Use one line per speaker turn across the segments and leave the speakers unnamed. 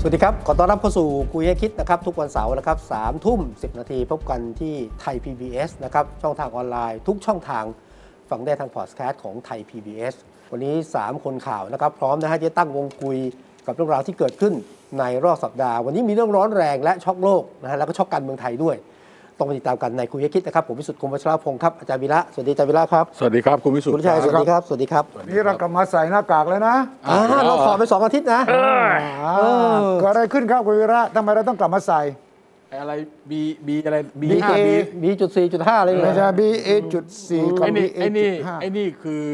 สวัสดีครับ ขอต้อนรับเข้าสู่คุยให้คิดนะครับ ทุกวันเสาร์นะครับสามทุ่มสินาทีพบกันที่ไทย PBS นะครับ ช่องทางออนไลน์ ทุกช่องทางฟังได้ทางพอดแคสต์ของไทย PBS วันนี้ 3 คนข่าวนะครับ พร้อมนะฮะจะตั้งวงคุยกับเรื่องราวที่เกิดขึ้นในรอบสัปดาห์ วันนี้มีเรื่องร้อนแรงและช็อกโลกนะฮะแล้วก็ช็อกการเมืองไทยด้วย ต้องมาติดตามกันในคุยให้คิดนะครับผมพิสุทธิ์คมวัชรพงศ์ครับอาจารย์วิระสวัสดีอาจารย์วิระครับ
สวัสดีครับ คุณวิสุท
คุณ
ธิ์
ชัยสวัสดีครับสวัสดีครับ
นี่เรากลับมาใส่หน้ากากแล้วนะ
อ่าเราขอไปสองอาทิตย์นะ
เออเกิดอะไรขึ้นครับคุณวีระทำไมเราต้องกลับมาใส่
อะไร B B อะไร B
B
ห้า B
บีจุดสี่จุดห้าเลยเหรอ
ไม่ใช่ B A จุดสี่กับ
ไอ้
B
นี่
A
ไอ้
จุ
นี่
ดห้า
ไอ้นี่คือ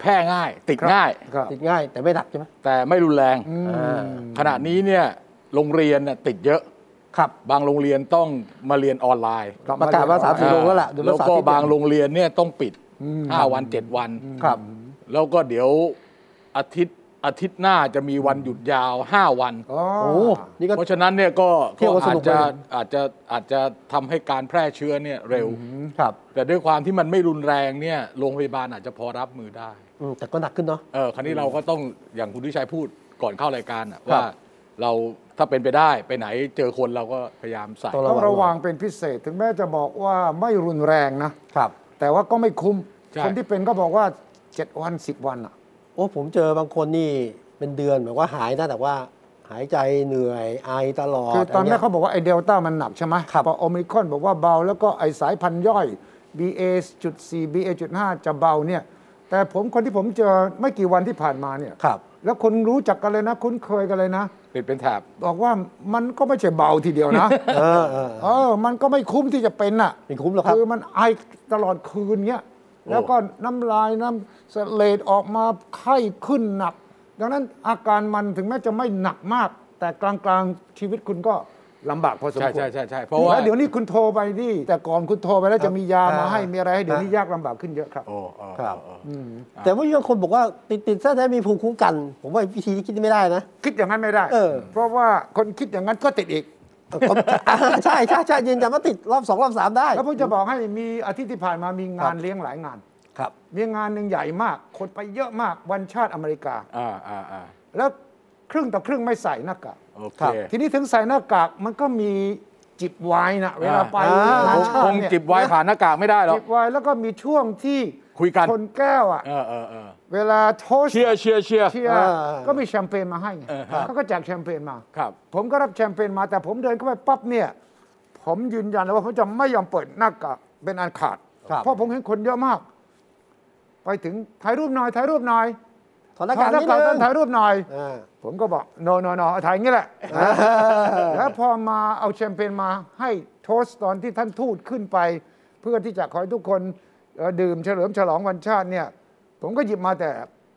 แพร่ง่าย ติดง่าย
ครับ
ติดง่ายแต่ไม่ดับใช่ไหม
แต่ไม่รุนแรง
อ่า
ขณะนี้เนี่ยโรงเรียนน่ะติดเยอะ
ครับ
บางโรงเรียนต้องมาเรียนออนไลน์
ลับ
ประกาศว่าสามสิบ
เรียน
โรงแล้วล่ะเดี๋ยว
แล้ว
วันเสาร์อา
ก็
ทิตย์
บางโรงเรียนเนี่ยต้องปิด 5 วัน 7 วัน
ครับ
แล้วก็เดี๋ยวอาทิตย์อาทิตย์หน้าจะมีวันหยุดยาว 5 วัน
อ๋อ
โอ้นี่ก็
เพราะฉะนั้นเนี่ยก็
เที่
ก็
ยวกันส
อา
นุก
จจะ
เลย
อาจจะอาจจะทำให้การแพร่เชื้อเนี่ยเร็ว
ครับ
แต่ด้วยความที่มันไม่รุนแรงเนี่ยโรงพยาบาลอาจจะพอรับมือได้
อืมแต่ก็หนักขึ้นเนาะ
เออคราวนี้เราก็ต้องอย่างคุณทิชัยพูดก่อนเข้ารายการน่ะ
ครับ
ว่าเราถ้าเป็นไปได้ไปไหนเจอคนเราก็พยายามใส่
ต้อง
ต้องระวังเป็นพิเศษ ถึงแม้จะบอกว่าไม่รุนแรงนะ
ครับ
แต่ว่าก็ไม่คุ้ม
ใช่
คนที่เป็นก็บอกว่า 7 วัน 10 วันอ่ะ
โอ้ผมเจอบางคนนี่เป็นเดือนแบบว่าหายนะแต่ว่าหายใจเหนื่อยไอตลอด
คือตอนแร
ะไร
ก
เงี้ย
เขาบอกว่าไอเดลต้ามันหนักใช่ไหม
ครับ
พอโอมิครอนบอกว่าเบา แล้วก็ไอสายพันธุ์ย่อย BA.4 BA.5 จะเบาเนี่ย แต่ผมคนที่ผมเจอไม่กี่วันที่ผ่านมาเนี่ย
ครับ
แล้วคนรู้จักกันเลยนะ คุ้นเคยกันเลยนะ
ติดเป็นแถบ
บอกว่ามันก็ไม่ใช่เบาทีเดียวนะ
เออเออ
เออ มันก็ไม่คุ้มที่จะเป็นอ่ะ
เป็นคุ้มหรอครับ
คือมันไอตลอดคืนเงี้ย แล้วก็น้ำลายน้ำเสเลดออกมาไข้ขึ้นหนัก ดังนั้นอาการมันถึงแม้จะไม่หนักมาก แต่กลางๆชีวิตคุณก็ลำบากพอสม
ใช่
ควร
ใช่ใช่ใช่เพราะว่า
แล้วเดี๋ยวนี้คุณโทรไปนี่แต่ก่อนคุณโทรไปแล้วจะมียามา
อ่า
ให้มีอะไรให้เดี๋ยวนี้ยากลำบากขึ้นเยอะครับ
โอ้เออ
ครับ
เออเออ
แต่ว่ามีบางคนบอกว่าติดติดซะแต่มีภูมิคุ้มกัน ผมว่าวิธีที่คิดไม่ได้นะ
คิดอย่างนั้นไม่ได้
เออ
ราะว่าคนคิดอย่างนั้นก็ติดอีก
เออผมอ่าใช่ใช่ใช่ยืนยันว่าติดรอบสองรอบสามได้
แล้วผมจะบอกให้มีอาทิตย์ที่ผ่านมามีงาน
ครับ
เลี้ยงหลายงาน
ครับ
มีงานหนึ่งใหญ่มาก คนไปเยอะมากวันชาติอเมริกา
อ่าอ่าอ่า
แล้วครึ่งต่อครึ่งไม่ใส่หน้ากาก
โอเค
ครับ
ทีนี้ถึงใส่หน้ากากมันก็มีจิบไวน์นะเวลาไป
อ่า
งานชา
ค
ติ
ง
เนี่ย
จิบไว้ผ่านหน้ากากไม่ได้หรอก
จิบไวน์แล้วก็มีช่วงที่
คุยกัน
ชนแก้วอ่ะ
เออเออเออ
เวลาโทสต์
เชียร์เชียร์เชียร์
เชียร์
อ่า
ก็มีแชมเปญมาให้ไงเขาก็แจกแชมเปญมา
ครับ
ผมก็รับแชมเปญมาแต่ผมเดินเข้าไปปั๊บเนี่ย ผมยืนยันเลยว่าผมจะไม่ยอมเปิดหน้ากากเป็นอันขาด
ครับ
เพราะผมเห็นคนเยอะมาก ไปถึงถ่ายรูปหน่อยถ่ายรูปหน่อย
ถอดหน้ากาก
ถอ
นิ
ด
ด
หน้
นึ
กาก
ง
ถ่ายรูปหน่อย
อ่า
ผมก็บอก no no no เอาถ่ายอย่างนี้แหละ แล้วพอมาเอาแชมเปญมาให้โทสต์ตอนที่ท่านทูตขึ้นไป เพื่อที่จะขอให้ทุกคนเอ่อดื่มเฉลิมฉลองวันชาติเนี่ย ผมก็หยิบมาแต่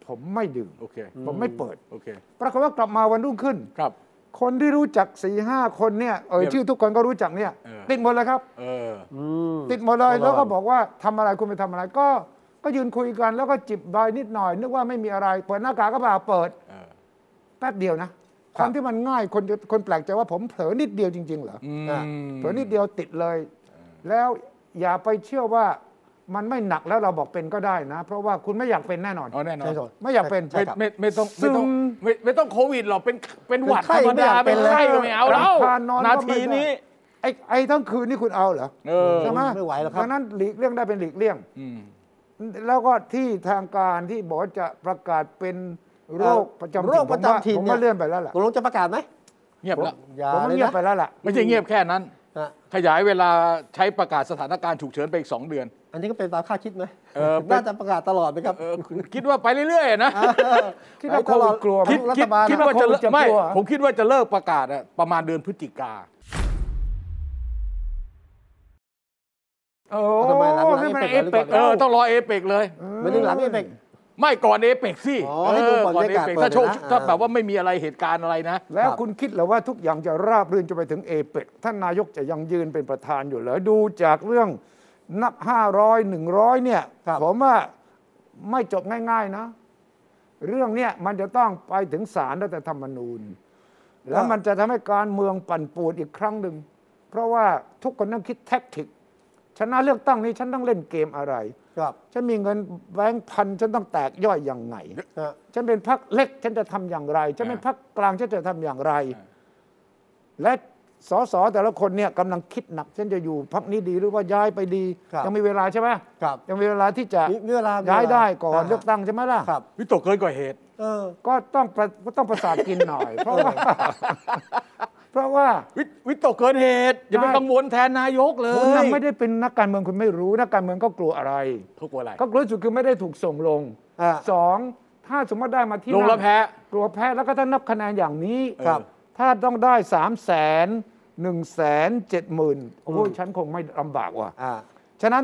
ผมไม่ดื่ม
โอเค
ผมไม่เปิด
โอเค
ปรากฏว่ากลับมาวันรุ่งขึ้น
ครับ
คนที่รู้จักสี่ห้าคนเนี่ยเออ
เนี่ย
ชื่อทุกคนก็รู้จักเนี่ย
เออ
ติดหมดเลยครับ
เออ
อืม
ติดหมดเลย
ต้องระวัง
แล้วก็บอกว่าทำอะไรคุณไปทำอะไรก็ ก็ยืนคุยกันแล้วก็จิบใบนิดหน่อย นึกว่าไม่มีอะไร เปิดหน้ากากก็บ่าเปิด
เออ
แป๊บเดียวนะความที่มันง่ายคนคนแปลกใจว่าผมเผลอนิดเดียวจริง ๆ เหรอ
อืม
อ่ะ
เผลอนิดเดียวติดเลย แล้วอย่าไปเชื่อว่ามันไม่หนักแล้วเราบอกเป็นก็ได้นะ เพราะว่าคุณไม่อยากเป็นแน่นอน
อ๋อแน่นอน
ใช่ส่วน
ไม่อยากเป็น
ใช่
ไม่
ครับ
ไม่ไม่ต้องไม่ต้อง
ซึม
ไม่ไม่ต้องโควิดหรอกเป็นเป็นหวัด
เป็นไข้
ธรรม
ไม่
ดาย
อากเป็
เป็น น
เลย
ไข้ก็ไม่เอาแล้ว
รำคญนอน
นา
ก็ไม่
ที
ได้
นี้
ไอ้ไอ้ทั้งคืนนี่คุณเอาเหรอ
เออ
ใช่ไหม
ไม่ไหวหรอกครับ
ดังนั้นหลีกเลี่ยงได้เป็นหลีกเลี่ยง
อืม
แล้วก็ที่ทางการที่บอกว่าจะประกาศเป็นโรคประจำถิ่น
โรคประจำถิ่น
ผม
เนี่
ว่าย เลื่อนไปแล้วล่ะ
ตกลงจะประกาศไหม
เงียบแล้ว
อย่า
ผมว่า
เลย
เงียบไป
นะ
แล้วล่ะ
ไม่ใช่เงียบแค่นั้น
อ่ะ
ขยายเวลาใช้ประกาศสถานการณ์ฉุกเฉินไปอีก 2 เดือน
อันนี้ก็เป็นตามคาดคิดไหม
เออเป็น
น่าจะประกาศตลอดไหมครับ
เออคิดว่าไปเรื่อยๆนะ
คิดว่าโควิดกลัวไหม
คิด
รั
คิ
ฐ
ด
บาล
คิดว่าจะเลิก
จะกลัว
ไม่ผมคิดว่าจะเลิกประกาศอะประมาณเดือนพฤศจิกา
โอ้
ทำไมล่ะ
นี่มัน
ไม่
เอ
เป็นไรหรือ
เป
เปล่า
ก
เออ ต้องรอเอเปกเลย
ไม่ได้หลังเอเปก
ไม่ก่อนเอเปกสิ
อ๋อให้ดูก่อน
เอ
เอเป
เป
ก
กถ้าโชค
เปิดเลยนะ
ถ้า
อ่า
แบบว่าไม่มีอะไรเหตุการณ์อะไรนะ
แล้ว
ครับ
คุณคิดเหรือว่าทุกอย่างจะราบรื่นจนไปถึงเอเปกท่านนายกจะยังยืนเป็นประธานอยู่เหรอดูจากเรื่องนับ 500 100 เนี่ย
ครับ
ผมว่าไม่จบง่ายๆนะ เรื่องเนี่ยมันจะต้องไปถึงศาลรัฐธรรมนูญ แล้วมันจะทำให้การเมืองปั่นป่วนอีกครั้งหนึ่ง เพราะว่าทุกคนต้องคิดแท็กติก ชนะเลือกตั้งนี้ฉันต้องเล่นเกมอะไร
ครับ
ฉันมีเงินแบงค์พันฉันต้องแตกย่อยยังไง
ฮะ
ฉันเป็นพักเล็กฉันจะทำอย่างไร ฉันเป็นพักกลางฉันจะทำอย่างไร
อ่า
และสสแต่ละคนเนี่ยกำลังคิดหนัก ฉันจะอยู่พักนี้ดีหรือว่าย้ายไปดี
ครับ
ยังมีเวลาใช่ไหม
ครับ
ยังมีเวลาที่จะ
มีมีเวลามี
ย้ายได้
วล
ก่อนเลือกตั้งใช่ไหมล่ะ
ครับ
วิตกเกินกว่าเหตุ
เออ
ก็ต้องประก็ต้องประสาทกินหน่อย เพราะว่า เพราะว่า
วิวิตกเกินเหตุ อย่าไป
ใช่
กังวลแทนนายกเล
คุณน่ะ
ย
ไม่ได้เป็นนักการเมืองคุณไม่รู้นักการเมืองก็กลัวอะไร
เขากลัวอะไร
ก็กลัวที่สุดคือไม่ได้ถูกส่งลง
อ่า
สองถ้าสมมติได้มาที่
ลงแล้ว
นั่
แพ้
กลัวแพ้แล้วก็ถ้านับคะแนนอย่างนี้
ครับ
ถ้าต้องได้ 3 0 0 0 0 1 7 0 0 0 0 โอ้ยฉันคงไม่ลำบากว่ะ
อ่า
ฉะนั้น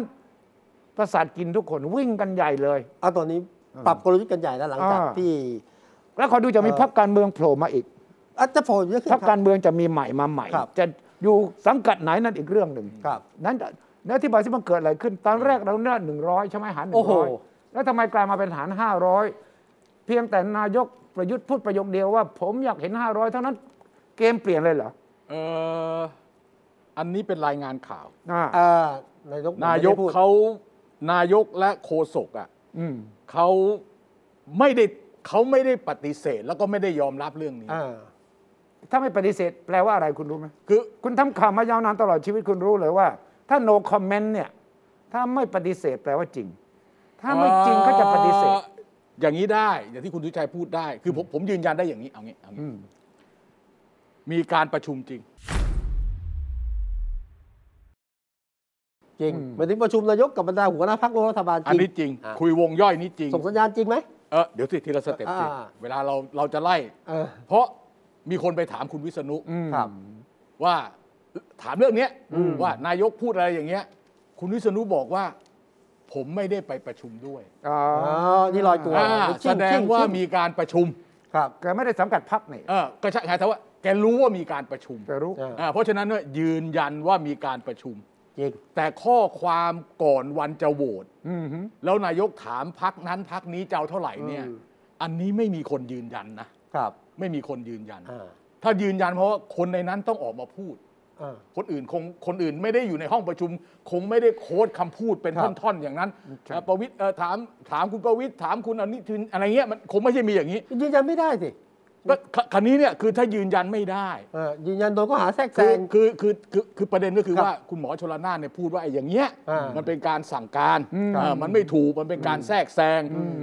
ประสาทกินทุกคนวิ่งกันใหญ่เลย
เอาตอนนี้ปรับกลยุทธ์กันใหญ่แล้วหลังจาก
อ่า
ที่
แล้วขอดูจะมี
เออ
พักการเมืองโผล่มาอีก
อาจจะโผล่เยอะขึ้น
พัก
ค
กา
รับ
รเมืองจะมีใหม่มาใหม่
ครับ
จะอยู่สังกัดไหนนั่นอีกเรื่องหนึ่ง
ครับ
นั้นนั่นที่บายที่มันเกิดอะไรขึ้น ตอนแรกเราเนี่ยหนึ่งร้อยใช่ไหมหารหนึ่
โอ้
ง
โห
ร้อยแล้วทำไมกลายมาเป็นหารห้าร้อยเพียงแต่นายกประยุทธ์พูดประโยคเดียวว่า ผมอยากเห็นห้าร้อยเท่านั้นเกมเปลี่ยนเลยเหรอ
เอออันนี้เป็นรายงานข่าว
อ่า
อ่านายก
นายก
ไม่ได้พูด
เขานายกและโฆษกอ่ะ
อืม
เขาไม่ได้เขาไม่ได้ปฏิเสธ แล้วก็ไม่ได้ยอมรับเรื่องนี้
อ่า
ถ้าไม่ปฏิเสธแปลว่าอะไรคุณรู้ไหม
คือ
คุณทำข่าวมายาวนานตลอดชีวิตคุณรู้เลยว่า ถ้า no comment เนี่ย ถ้าไม่ปฏิเสธแปลว่าจริง ถ้าไม่จริงก็จะปฏิเสธ
อ่ออย่างนี้ได้ อย่างที่คุณทุชัยพูดได้ คือผมผมยืนยันได้อย่างนี้เอางี้เอางี้มีการประชุมจริง
จริงหมายถึงประชุมนายกกับบรรดาหัวหน้าพรรคร่วมรัฐบาล
อัน
จริ
นี้
ง
จริง
อ่ะ
คุยวงย่อยนี้จริง
ส่งสัญญาณจริงไหม
เออเดี๋ยวสิทีละสเต็ปสิ
อ่า
เวลาเราเราจะไล่
เออ
เพราะมีคนไปถามคุณวิษณุ
ครับ
ว่าถามเรื่องเนี้ยว่านายกพูดอะไรอย่างเงี้ย คุณวิษณุบอกว่า ผมไม่ได้ไปประชุมด้วย
อ๋อ
อ๋อ นี่ลอยตัว
อ่า
ชิ่
แสดงว่ามีการประชุม
ครับ
แกไม่ได้สังกัดพักนี่
เออก็ใช่ไงแต่ว่าแกรู้ว่ามีการประชุม
แกรู้
เออ
อ่าเพราะฉะนั้นเนี่ยยืนยันว่ามีการประชุม
จริง
แต่ข้อความก่อนวันจะโหวต
อืมฮึ
แล้วนายกถามพักนั้นพักนี้จะเอาเท่าไหร่เนี่ย
อืม
อันนี้ไม่มีคนยืนยันนะครับ ไม่มีคนยืนยัน
อ่า
ถ้ายืนยันเพราะว่าคนในนั้นต้องออกมาพูด
อ่า
คนอื่นคงคนอื่นไม่ได้อยู่ในห้องประชุม คงไม่ได้โค้ดคำพูดเป็น
ครับ
ท่อนๆอย่างนั้นเอ่อประวิทย์เอ่อถามถามคุณประวิทย์ถามคุณอนุทินอะไรเงี้ยมันคงไม่ใช่มีอย่างนี้
ยืนยันไม่ได้สิ
ก็คคันนี้เนี่ยคือถ้ายืนยันไม่ได้
เออยืนยันโดนข้อหาแทรกแซ
คือง คือคือคือคือประเด็นก็คือ
ครับ
ว่าคุณหมอชลนานเนี่ยพูดว่าไอ้อย่างเงี้ย
อ่ามั
มันเป็นการสั่งการเอ่อมันไม่ถูกมันเป็นการแทรกแซง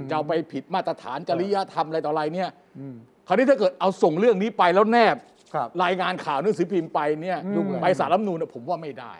จะเอาไปผิดมาตรฐานจริยธรรมอะไรต่ออะไรเนี่ยคราวนี้ถ้าเกิดเอาส่งเรื่องนี้ไปแล้วแนบ
ครับ
ยงานข่าวหนังสือพิมพ์ไปเนี่ย
ยุ่งเลย
ไปสารรัฐธรรมนูญนะผมว่าไม่ได้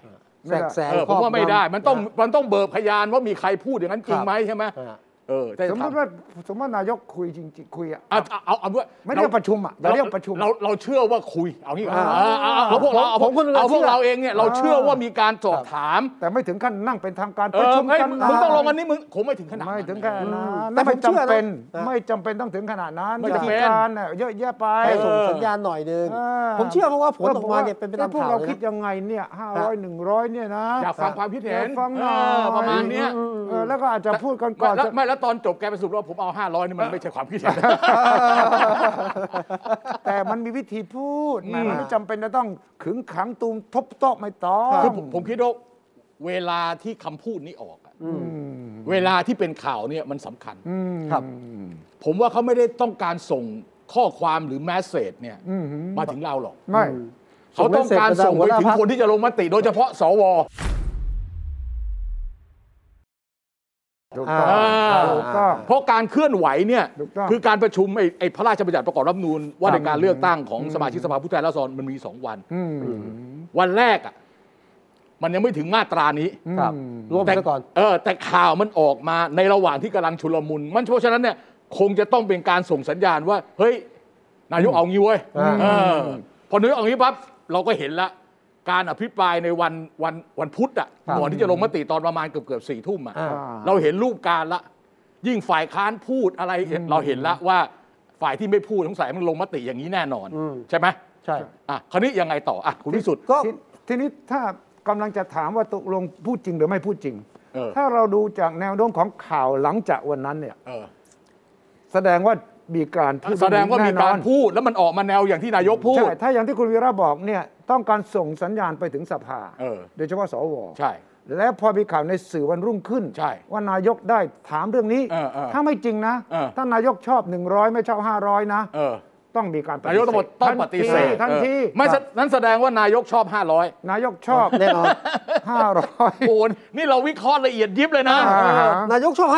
แทรกแซง
เออผมว่าไม่
ครอบงำ
ได้มันต้องมันต้องเบิกพยานว่ามีใครพูดอย่างนั้นจริง
ครับ
ไหมใช่ไหม
อ่า
เออแต่
สมมติว่าสมมติว่านายกคุยจริงๆคุยอ่ะ
เอาเอาเอาด้วย
ไม่เรียกประชุมอ่ะอย่าเรียกประชุม
เราเราเชื่อว่าคุยเอางี้ก่อน
อ่า
เออเอาเอาเอาพวกเราเอา
ผมผมคนหนึ่ง
เอาพวก
เชื่อ
เราเองเนี่ยเราเชื่อว่ามีการสอบถาม
แต่ไม่ถึงขั้นนั่งเป็นทางการ
เอ
ประ
อ
ชุม
เฮ้ย
กัน
มึงต้องลงอันนี้มึงผมไม่ถึงขนาด
ไม่
นั้น
ถึงขนาดนั้น
แต่ผม
ไม่จำเป็น
เชื่อนะ
ไม่จำเป็นต้องถึงขนาดนั้น
ไม่
วิ
จำ
ธี
เป็น
การน่ะเยอะแยะไป
ไปส่งสัญญาณหน่อยนึง
อ่า
ผมเชื่อเพราะว่าผลออกมาเนี่ยเป็นไปตาม
แล้วพวก
ข่าว
เรา
เลย
คิด
นะ
ยังไงเนี่ยห้าร้อยหนึ่งร้อยเนี่ยนะ
อยากฟังความคิดเห็น
อยากฟังห
เอ
น่อย
อประมาณเนี้ย
เออแล้วก็อาจจะพูดกันก่อน
ไม่แล้วไม่
จะ
แล้วตอนจบแกไปสรุปว่าผมเอา 500นี่มันไม่ใช่ความคิดเห็น
แต่มันมีวิธีพูดแหม
อืม
มันไม่จำเป็นจะต้องขึงขังตูมทบโต๊ะไม่ต้อง
ค
คื
รั
อบ ผมผมคิดว่าเวลาที่คำพูดนี้ออกอะเวลาที่เป็นข่าวเนี่ยมันสำคัญ
อืม
ครับ
ผมว่าเขาไม่ได้ต้องการส่งข้อความหรือแมสเซจเนี่ยมาถึงเราหรอก
ไม่
ส่
เขา
ง message
ต้องการส่งไปถึงคนที่จะลงมติ โดยเฉพาะสว
ถูกต้อง
อ่า
ถูกต้อง
เพราะการเคลื่อนไหวเนี่ย
ถูกต้อง
คือการประชุมไอ้ไอ้พระราชบัญญัติประกอบรัฐธรรมนูญว่าในการเลือกตั้งของสมาชิกสภาผู้แทนราษฎรมันมีสองวัน
ืม
วันแรกอ่ะมันยังไม่ถึงมาตรานี้
ครับรวม
แต่
กันก่อน
เออแต่ข่าวมันออกมาในระหว่างที่กำลังชุลมุน มันเพราะฉะนั้นเนี่ยคงจะต้องเป็นการส่งสัญญาณว่า เฮ้ย นายกเอางี้เว้ย
อ่า
เออพอนายกเอางี้ปั๊บเราก็เห็นละการอภิปรายในวันวันวันพุธอ่ะก่อนที่จะลงมติตอนประมาณเกือบเกือบสี่ทุ่มอ่ะ
อ่า
เราเห็นรูปการละ ยิ่งฝ่ายค้านพูดอะไรเราเห็นละว่าฝ่ายที่ไม่พูดสงสัยมันลงมติอย่างนี้แน่นอน
อืม
ใช่ไหม
ใช่
อ่ะคราวนี้ยังไงต่ออ่ะคุณวิสุทธิ์
ก็
ทีทีนี้ถ้ากำลังจะถามว่าตกลงพูดจริงหรือไม่พูดจริง
เออ
ถ้าเราดูจากแนวโน้มของข่าวหลังจากวันนั้นเนี่ย
เออ
แสดงว่ามีการพูด
แสดงว่ามีการ
แน่นอน
พูดแล้วมันออกมาแนวอย่างที่นายกพูด
ใช่ถ้าอย่างที่คุณวีระบอกเนี่ยต้องการส่งสัญญาณไปถึงสภา
เออ
โดยเฉพาะสว
ใช่
และพอมีข่าวในสื่อวันรุ่งขึ้น
ใช่
ว่านายกได้ถามเรื่องนี้
เออเออ
ถ้าไม่จริงนะ
เออ
ถ้านายกชอบ 100 ไม่ชอบ 500 นะ
เออ
ต้องมีการปฏิ
นา
เส
ยก
ธ
ต้องบอกต้องปฏิเสธ
ทันที
เออไม่
ค
แส
รับ
นั้นแสดงว่านายกชอบ 500
นายกชอบ
แน่นอน
โอ้
500
โหนี่เราวิเคราะห์ละเอียดยิบเลยนะ
อ่าฮะ
นายกชอบ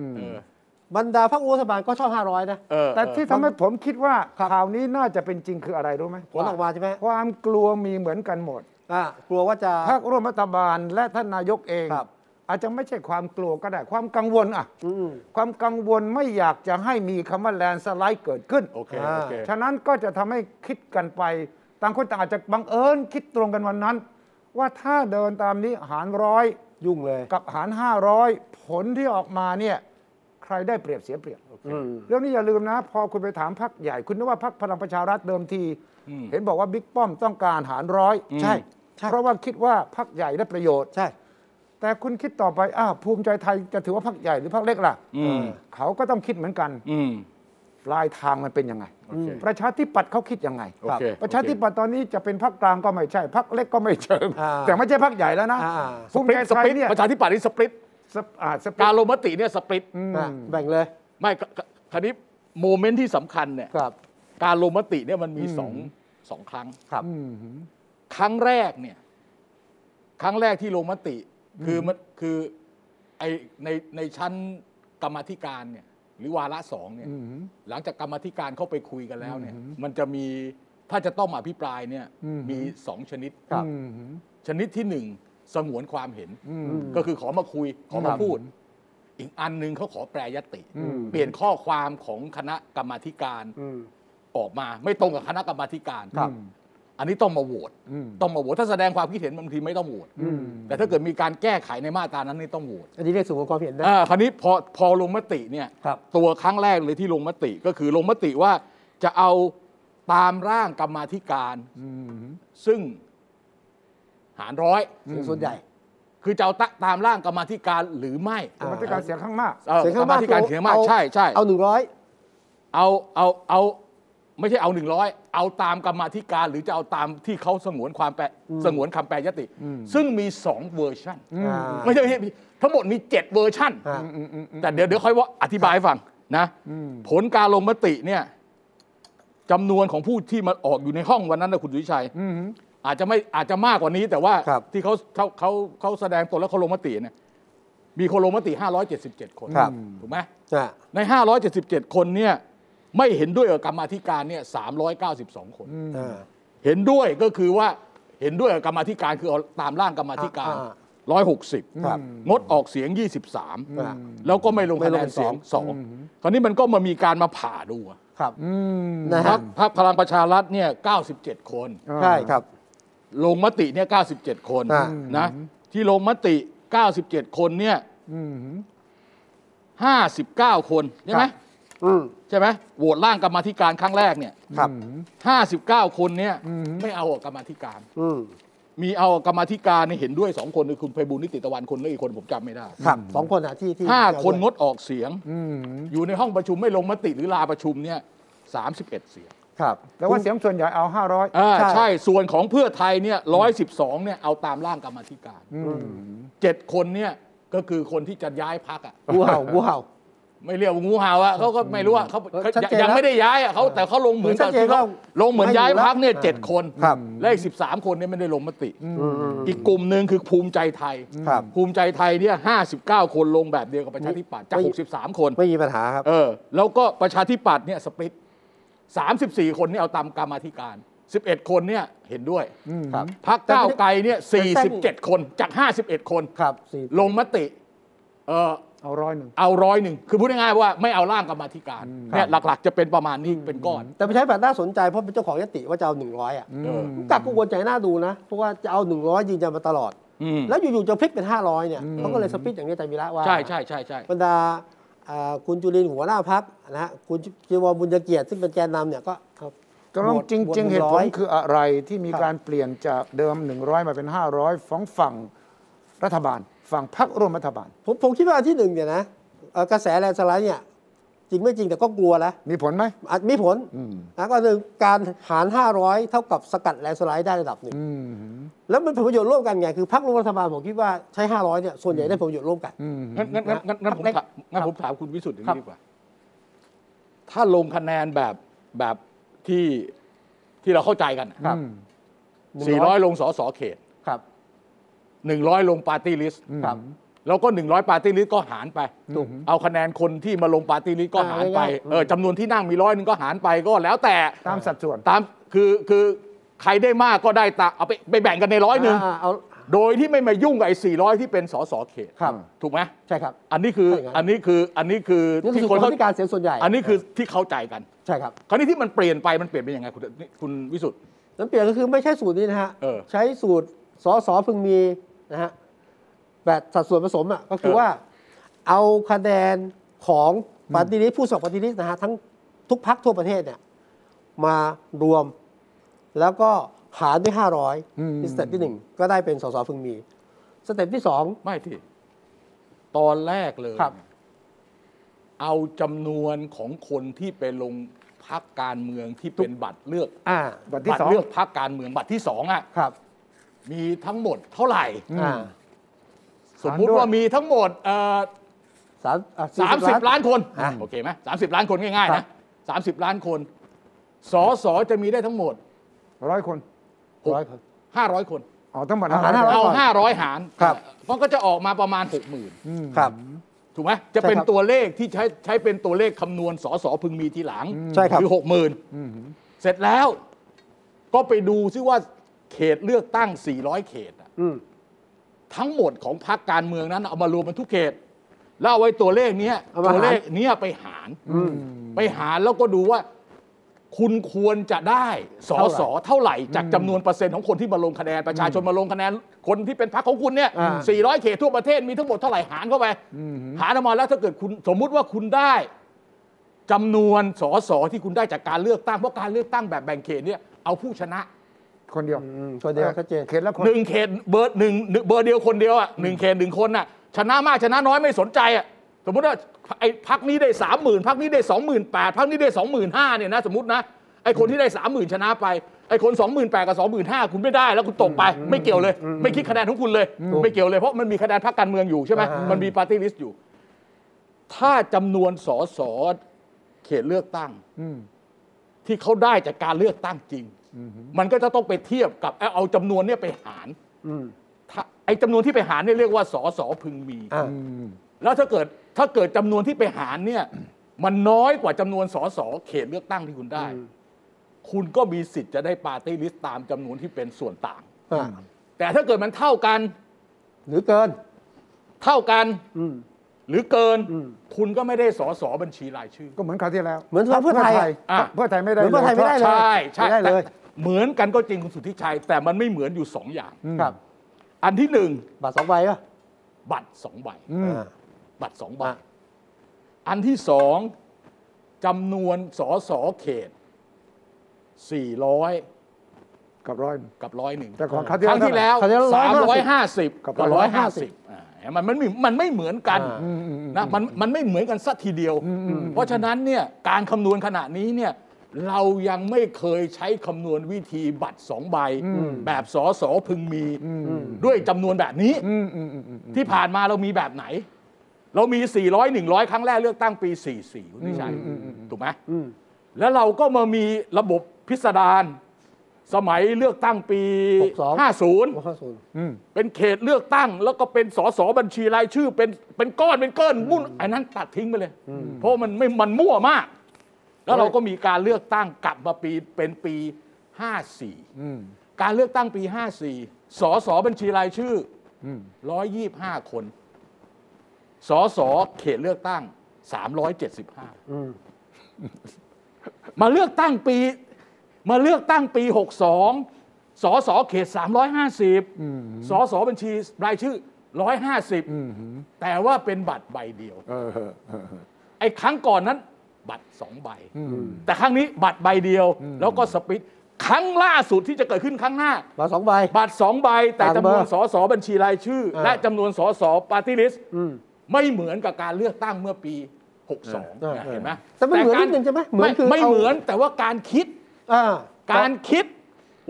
อืม
เออ
500 บรรดาพรรครัฐบาลก็ชอบ 500 นะ
เออ
แต่ที่ทำให้ผมคิดว่า
ครับ
ข่าวนี้น่าจะเป็นจริงคืออะไรรู้ไหม
ผลออกมาใช่ไหม
ความกลัวมีเหมือนกันหมด
อ่ะกลัวว่าจะ
พรรคร่วมรัฐบาลและท่านนายกเอง
ครับ
อาจจะไม่ใช่ความกลัวก็ได้ ความกังวลอะ
อืม
ความกังวลไม่อยากจะให้มีคำว่าแลนสไลด์เกิดขึ้น
โอเค
อ่า
โอเค
ฉะนั้นก็จะทำให้คิดกันไป ต่างคนต่างอาจจะบังเอิญคิดตรงกันวันนั้น ว่าถ้าเดินตามนี้หารร้อย
ยุ่งเลย
กับหาร 500 ผลที่ออกมาเนี่ยใครได้เปรียบเสียเปรียบ
อืม
เรื่องนี้อย่าลืมนะ พอคุณไปถามพักใหญ่ คุณนึกว่าพักพลังประชารัฐเดิมที เห็นบอกว่าบิ๊กป้อมต้องการหารร้อย
อืม
ใช่
ใช่
เพราะว่าคิดว่าพักใหญ่ได้ประโยชน์
ใช่
แต่คุณคิดต่อไปอ้าวภูมิใจไทยจะถือว่าพักใหญ่หรือพักเล็กล่ะ
อืม
เขาก็ต้องคิดเหมือนกัน
อืม
ปลายทางมันเป็นยังไง
โอเค
ประชาธิปัตย์เขาคิดยังไง
โอเค
ประชาธิปัตย์ตอนนี้จะเป็นพรรคกลางก็ไม่ใช่พรรคเล็กก็ไม่เชิง
อ่า
แต่ไม่ใช่พรรคใหญ่แล้วนะ
อ่า
ภูมิใจ
ส
ไทย
ปริต
เนี่ย
ประชาธิปัตย์นี่สปริต
สปอ่าสป
การ
ริต
ลงมติเนี่ยสปริต
อืม
อ่ะแบ่งเลย
ไม่ก็ก็คราวนี้โมเมนต์ที่สำคัญเนี่ย
ครับ
การลงมติเนี่ยมันมีสองสองครั้ง
ครับ
ครั้งแรกเนี่ย ครั้งแรกที่ลงมติ คือมันคือไอในในชั้นกรรมาธิการเนี่ย หรือวาระสองเนี่ย หลังจากกรรมาธิการเข้าไปคุยกันแล้วเนี่ย มันจะมีถ้าจะต้องมาอภิปรายเนี่ย
อืม
มีสองชนิด
ครับ
อืม
ชนิดที่หนึ่งสงวนความเห็น
อืม
ก็คือขอมาคุย ขอมา
ครับ
พูด อีกอันหนึงเขาขอแปรยติ
อืม
เปลี่ยนข้อความของคณะกรรมาธิการ
อืม
ออกมา ไม่ตรงกับคณะกรรมาธิการ
ครับ
อันนี้ต้องมาโหวต
อืม
ต้องมาโหวตถ้าแสดงความคิดเห็นบางทีไม่ต้องโหวต
อืม
แต่ถ้าเกิดมีการแก้ไขในมาตรานั้นนี่ต้องโหวต
อันนี้เรียกสูงกว่าความเห็นนะ
อ่าคราวนี้พอพอลงมติเนี่ย
ครับ
ตัวครั้งแรกเลยที่ลงมติก็คือลงมติว่าจะเอาตามร่างกรรมาธิการ
อืม
ซึ่งหารร้อย
เสียงส่วนใหญ่
คือจะเอาตะตามร่างกรรมาธิการหรือไม่
กรรมธิการเสียงข้างมาก
เอ่อ
เสียงข้างมาก
รรธิการเสียงมาก
เอา
ใช่ใช่
เอาหนึ่งร้อย
เอาเอาเอาไม่ใช่เอาหนึ่งร้อยเอาตามกรรมาธิการ หรือจะเอาตามที่เขาสงวนความแปรสงวนคำแปรยติ ซึ่งมีสองเวอร์ชัน
อืม
ไม่ใช่ไม่ใช่ทั้งหมดมีเจ็ดเวอร์ชัน
อ่า
อืมอืมอืม
แต่เดี๋ยวเดี๋ยวค่อยว่าอธิบายให้ฟังนะ
อืม
ผลการลงมติเนี่ยจำนวนของผู้ที่มาออกอยู่ในห้องวันนั้นนะคุณสุวิชัย
อืม
อาจจะไม่อาจจะมากกว่านี้ แต่ว่า
ครับ
ที่เขาเขาเขาเขาแสดงตนแล้วเขาลงมติเนี่ยมีคนลงมติ 577 คน
ครับ
ถูกไหม
อ่ะ
ใน 577 คนเนี่ยไม่เห็นด้วยกับกรรมาธิการเนี่ย392 คน
อ่า
เห็นด้วยก็คือว่าเห็นด้วยกับกรรมาธิการคือเอาตามร่างกรรมาธิการ
อ่าอ่า
160
ครับ
งดออกเสียง
อ่า
23 แล้วก็ไม่ลง
ไม่
คะ
ล
แน
ง
น
เสี
สอย
ง
งสองคราวนี้มันก็มามีการมาผ่าดูอะ
ครับ
อืม
นะ
พร
ฮะ
รคพรรคพลังประชารัฐเนี่ย97 คน
ใช่ครับ
ลงมติเนี่ย 97 คน
อ่า
นะที่ลงมติ 97 คนเนี่ย
อืม
59 คนใช่ไหม
ครับ
อืม
ใช่ไหมโหวตร่างกรรมาธิการครั้งแรกเนี่ย
ครับ
59 คนเนี่ยไม่เอากับกรรมาธิการ
อืม
มีเอากับกรรมาธิการเนี่ยเห็นด้วย 2 คนคือคุณไพบูลย์นิติตะวันคนและอีกคนผมจำไม่ได้
ครับสองคนอ่ะที่ที่
5 คนงดออกเสียง
อืม
อยู่ในห้องประชุมไม่ลงมติหรือลาประชุมเนี่ย 31 เสียง
ครับ
แต่ว่าเสียงส่วนใหญ่เอา 500
อ่า
ใช่
ใช่ส่วนของเพื่อไทยเนี่ย112เนี่ยเอาตามร่างกรรมาธิการ
อืม
7 คนเนี่ยก็คือคนที่จะย้ายพักอะ
งูเห่างูเห่า
ไม่เรียกว่างูเห่าอะเขาก็ไม่รู้อะเขา
เออ
เขา
ชัดเจน
ยัง
แล้ว
ไม่ได้ย้ายอะเขาแต่เขาลงเหมือน
ชั
กับ
ดเจน
ที่เขา
แล้ว
ลงเหมือน
ไม่อยู่
ย้ายพักเนี่ย
แล้ว
เจ็ดคน
ครับ
และอีกสิบสามคนเนี่ยไม่ได้ลงมติ
อืมอืม
อีกกลุ่มหนึ่งคือภูมิใจไทย
ครับ
ภูมิใจไทยเนี่ยห้าสิบเก้าคนลงแบบเดียวกับประชาธิปัตย์จาก
ไม่
หกสิบสามคน
ไม่มีปัญหาครับ
เออ แล้วก็ประชาธิปัตย์เนี่ยสปริตสามสิบสี่คนเนี่ยเอาตามกรรมาธิการสิบเอ็ดคนเนี่ยเห็นด้วย
อืม
ครับ
พักก้าวไกลเนี่ย
แต่
สี่
แท่
สิบเจ็ด
ง
คนจากห้าสิบเอ็ดคน
ครับสี่
ลงมติเออ
เอาร้อยหนึ่ง
เอาร้อยหนึ่งคือพูดง่ายๆว่าไม่เอาร่างกรรมาธิการเนี่ยหลักๆ จะเป็นประมาณนี้เป็นก้อน
แต่ประชาธิปัตย์น่าสนใจเพราะเป็นเจ้าของยติว่าจะเอาหนึ่งร้อยอ่ะ
เออ
กักกังวลใจน่าดูนะ เพราะว่าจะเอาหนึ่งร้อยยืนยันมาตลอด
อืม
แล้วอยู่ๆจะพลิกเป็นห้าร้อยเนี่ยเขาก็เลยสปิดอย่างนี้ใจวิระว่า
ใช่ใช่ใช่ใช่
บรรดา อ่าคุณจุลินทร์หัวหน้าพักนะฮะคุณจีวรบุญเกียรติซึ่งเป็นแกนนำเนี่ยก็ครับ
ตกลงจ
วต
ริง ๆ เหตุผ
ว
ล
ต
คืออะไรที่มี
ครับ
การเปลี่ยนจากเดิม 100 มาเป็น 500ของฝั่งรัฐบาล ฝั่งพรรคร่วมรัฐบาล
ผมผมคิดว่าอันที่หนึ่งเนี่ยนะเอ่อกระแสแรงสไลด์เนี่ยจริงไม่จริงแต่ก็กลัวนะ
มีผลไหม
อาจมีผล
อืม
นะก็คือการหาร 500 เท่ากับสกัดแรงสไลด์ได้ระดับหนึ่ง
อืม
แล้วมันผลประโยชน์ร่วมกันไงคือพรรคร่วมรัฐบาลผมคิดว่าใช้ 500เนี่ยส่วนใหญ่ได้ผลประโยชน์ร่วมกัน
อืม
งั้นงั้นงั้นงั้นงั้นผม
ครับ
ถามงั้น
ครับ
ผมถามคุณวิสุทธิ์อย่าง
ครับ
นี้ดีกว่า ถ้าลงคะแนนแบบแบบที่ที่เราเข้าใจกันน่ะ
ครับ
400 ลงสสเขต
ครับ
100 ลงปาร์ตี้ลิสต์
อืม
ครับ
แล้วก็ 100 ปาร์ตี้ลิสต์ก็หารไป
ถูก
เอาคะแนนคนที่มาลงปาร์ตี้ลิสต์ก็หารไป
อ่าง่ายๆ
เออจำนวนที่นั่งมีร้อยหนึงก็หารไปก็แล้วแต่
ตามสัดส่วน
ตามคือคือใครได้มากก็ได้ตาเอาไปไปแบ่งกันในร้อยหนึ่ง
อ่าเอา
โดยที่ไม่มายุ่งกับไอ้400 ที่เป็นสสเขต
ครับ
ถูกไหม
ใช่ครับ
อันนี้คือ
ใช่ครับ
อันนี้คืออันนี้คือ
นี่คือค
คน นเข้า
ที่การเสียงส่วนใหญ่
อันนี้คือที่เข้าใจกัน
ใช่ครับ
คราวนี้ที่มันเปลี่ยนไปมันเปลี่ยนเป็นยังไงคุณคุณวิสุทธิ์
แล้วเปลี่ยนก็คือไม่ใช่สูตรนี้นะฮะ
เออ
ใช้สูตรสอสอพึงมีนะฮะแบบสัดส่วนผสมอ่ะก็คือ
เออ
ว่าเอาคะแนนของปฏิริษีผู้สอบปฏิริษีนะฮะทั้งทุกพักทั่วประเทศเนี่ยมารวม แล้วก็หารด้วย 500
อืม
นี่สเต็ปที่หนึ่งก็ได้เป็นสสพึงมีสเต็ปที่สอง
ไม่ที่ตอนแรกเลย
ครับ
เนี่ยเอาจำนวนของคนที่ไปลงพักการเมืองที่เป็นบัตรเลือก
อ่า
บัตรที่
บัต
สอ
รง เลือกพักการเมืองบัตรที่สองอ่ะ
ครับ
มีทั้งหมดเท่าไหร่
อืม
อ่า
สมมุติว่ามีทั้งหมดเอ่อ
สามอ่ะ
สามสิบ
40
ล้านคน
อ่ะ
โอเคไหมสามสิบล้านคนง่ายๆ
ครั
นะ
บ
สามสิบล้านคนสอสอจะมีได้ทั้งหมด
ร้อยคนร้อยคน
ห้าร้อยคน
อ๋อทั้งหมด
อ่า
ห้าร้อ
500
ยค
เอา
น
ห้าร้อยหาร
ครับ
มันก็จะออกมาประมาณหกหมื่น
อืม
ครับ
ถูกไหมจะเป็น
ใช่ครับ
ตัวเลขที่ใช้ใช้เป็นตัวเลขคำนวณสสพึงมีทีหลัง
ใช่ครับ
อหกหมื่น
อืม
เสร็จแล้ว ก็ไปดูซิว่าเขตเลือกตั้ง 400 เขตอะ
อืม
ทั้งหมดของพรรคการเมืองนั้นเอามารวมเป็นทุกเขต แล้วเอาไว้ตัวเลขเนี้ย
เอามาหาร
ตัวเลขเนี้ยไปหาร
อืม
ไปหารแล้วก็ดูว่า คุณควรจะได้สอสอเท่าไหร่จากจำนวนเปอร์เซ็นต์ของคนที่มาลงคะแนนประชาชนมาลงคะแนน คนที่เป็นพรรคของคุณเนี่ย
อ่า
400 เขตทั่วประเทศมีทั้งหมดเท่าไหร่หารเข้าไป
อืม
หารออกมาแล้วถ้าเกิดคุณสมมุติว่าคุณได้จำนวนสสที่คุณได้จากการเลือกตั้งเพราะการเลือกตั้งแบบแบ่งเขตเนี่ยเอาผู้ชนะ
คนเดียว
อืมคนเดียวชัดเจน
เขตละคน
หนึ่งเขตเบอร์หนึ่งหนึ่งเบอร์เดียวคนเดียวอ่ะหนึ่งเขตหนึ่งคนน่ะชนะมากชนะน้อยไม่สนใจอ่ะสมมติว่าไอ้พักนี้ได้สามหมื่นพักนี้ได้สองหมื่นแปดพักนี้ได้สองหมื่นห้าเนี่ยนะสมมตินะไอ้คนที่ได้สามหมื่นชนะไปไอ้คนสองหมื่นแปดกับสองหมื่นห้าคุณไม่ได้แล้วคุณตกไปไม่เกี่ยวเลย ไม่คิดคะแนนของคุณเลย ไม่เกี่ยวเลยเพราะมันมีคะแนนพรรคการเมืองอยู่ใช่ไหม
อ่ามั
มันมีปาร์ตี้ลิสต์อยู่ ถ้าจำนวนสสเขตเลือกตั้ง
อืม
ที่เขาได้จากการเลือกตั้งจริง มันก็จะต้องไปเทียบกับเอาเอาจำนวนเนี่ยไปหาร
อืม
ถ้าไอ้จำนวนที่ไปหารเนี่ยเรียกว่าสสพึงมี
อ่า
อืม
แล้วถ้าเกิดถ้าเกิดจำนวนที่ไปหารเนี่ย มันน้อยกว่าจำนวนสสเขตเลือกตั้งที่คุณได้
อืม
คุณก็มีสิทธิ์จะได้ปาร์ตี้ลิสต์ตามจำนวนที่เป็นส่วนต่าง
อ่า
แต่ถ้าเกิดมันเท่ากัน
หรือเกิน
เท่ากัน
อืม
หรือเกิน
อืม
คุณก็ไม่ได้สสบัญชีรายชื่อ
ก็เหมือนคราวที่แล้ว
เหมือนเพื่อไทย
อ่ะ
เพื่อไทยไม่ได้
เหมือนเพื่อไทยไม่ได้
พราะ
ใช่ใช่
ไม่ได้เลย
แต่เหมือนกันก็จริงคุณสุทธิชัย แต่มันไม่เหมือนอยู่สองอย่าง
อืม
ครับ
อันที่หนึ่ง
บัตรสองใบป่ะ
บัตรสองใบ
อืม
อ่า
บัตรสองใบ
อ่ะ
อันที่สองจำนวนสอสอเขต 400
กับร้อย
กับร้อยหนึ่ง
แต่ของคราวที่
ครั้งที่
แล้ว
แล้ว
ครั้งที่แล้ว
350
กั
กั
บบ 150
150อ่าเห็นไหมมันมันไม่มันไม่เหมือนกัน
อ่า
อืมอืมอืม
นะมันมันไม่เหมือนกันสักทีเดียว
อืมอืมอืม
เพราะฉะนั้นเนี่ยการคำนวณขณะนี้เนี่ยเรายังไม่เคยใช้คำนวณวิธีบัตรสองใบ แบบสอสอพึงมีด้วยจำนวนแบบนี้
อืมอืมอืมอืมอืม
ที่ผ่านมาเรามีแบบไหน เรามี 400 100 ครั้งแรกเลือกตั้งปี 44คุณทิชัย
อืมอืมอืม
ถูกไหม
อืม
แล้วเราก็มามีระบบพิสดารสมัยเลือกตั้งปี
62
50
ว่าเข้าศูนย์
อืม
เป็นเขตเลือกตั้ง แล้วก็เป็นสสบัญชีรายชื่อ เป็นเป็นก้อนเป็นก้อนมุ่นไอ้นั้นตัดทิ้งไปเลย เพราะมันไม่มันมั่วมาก แล้วเราก็มีการเลือกตั้งกลับมาปีเป็นปี 54
อืม
การเลือกตั้งปี 54 สสบัญชีรายชื่อ
อืม
125 คน สส เขตเลือกตั้ง 375
อืม
มาเลือกตั้งปี มาเลือกตั้งปี 62 สส เขต 350
อืม
สส บัญชีรายชื่อ
อื
150
ม
แต่ว่าเป็นบัตรใบเดียว
เออเออเออ
ไอ้ครั้งก่อนนั้น บัตรสองใบ
อืม
แต่ครั้งนี้บัตรใบเดียว
อืม
แล้วก็สปิดครั้งล่าสุดที่จะเกิดขึ้นครั้งหน้า
มาสองใบ
บัตรสองใบแต่
ต่าง
จำ
เบ
น
อร์
วนสสบัญชีรายชื่อ
เออ
และจำนวนสสปาร์ตี้ลิสต์
อืม
ไม่เหมือนกับการเลือกตั้งเมื่อปี 62
เออ
เนี่ยเห็นไหม
แต่มันเหมือนนิดนึงใช่ไหมเหมือนคือ
ไม่
เอา
เหมือนแต่ว่าการคิด
อ่า
การคิด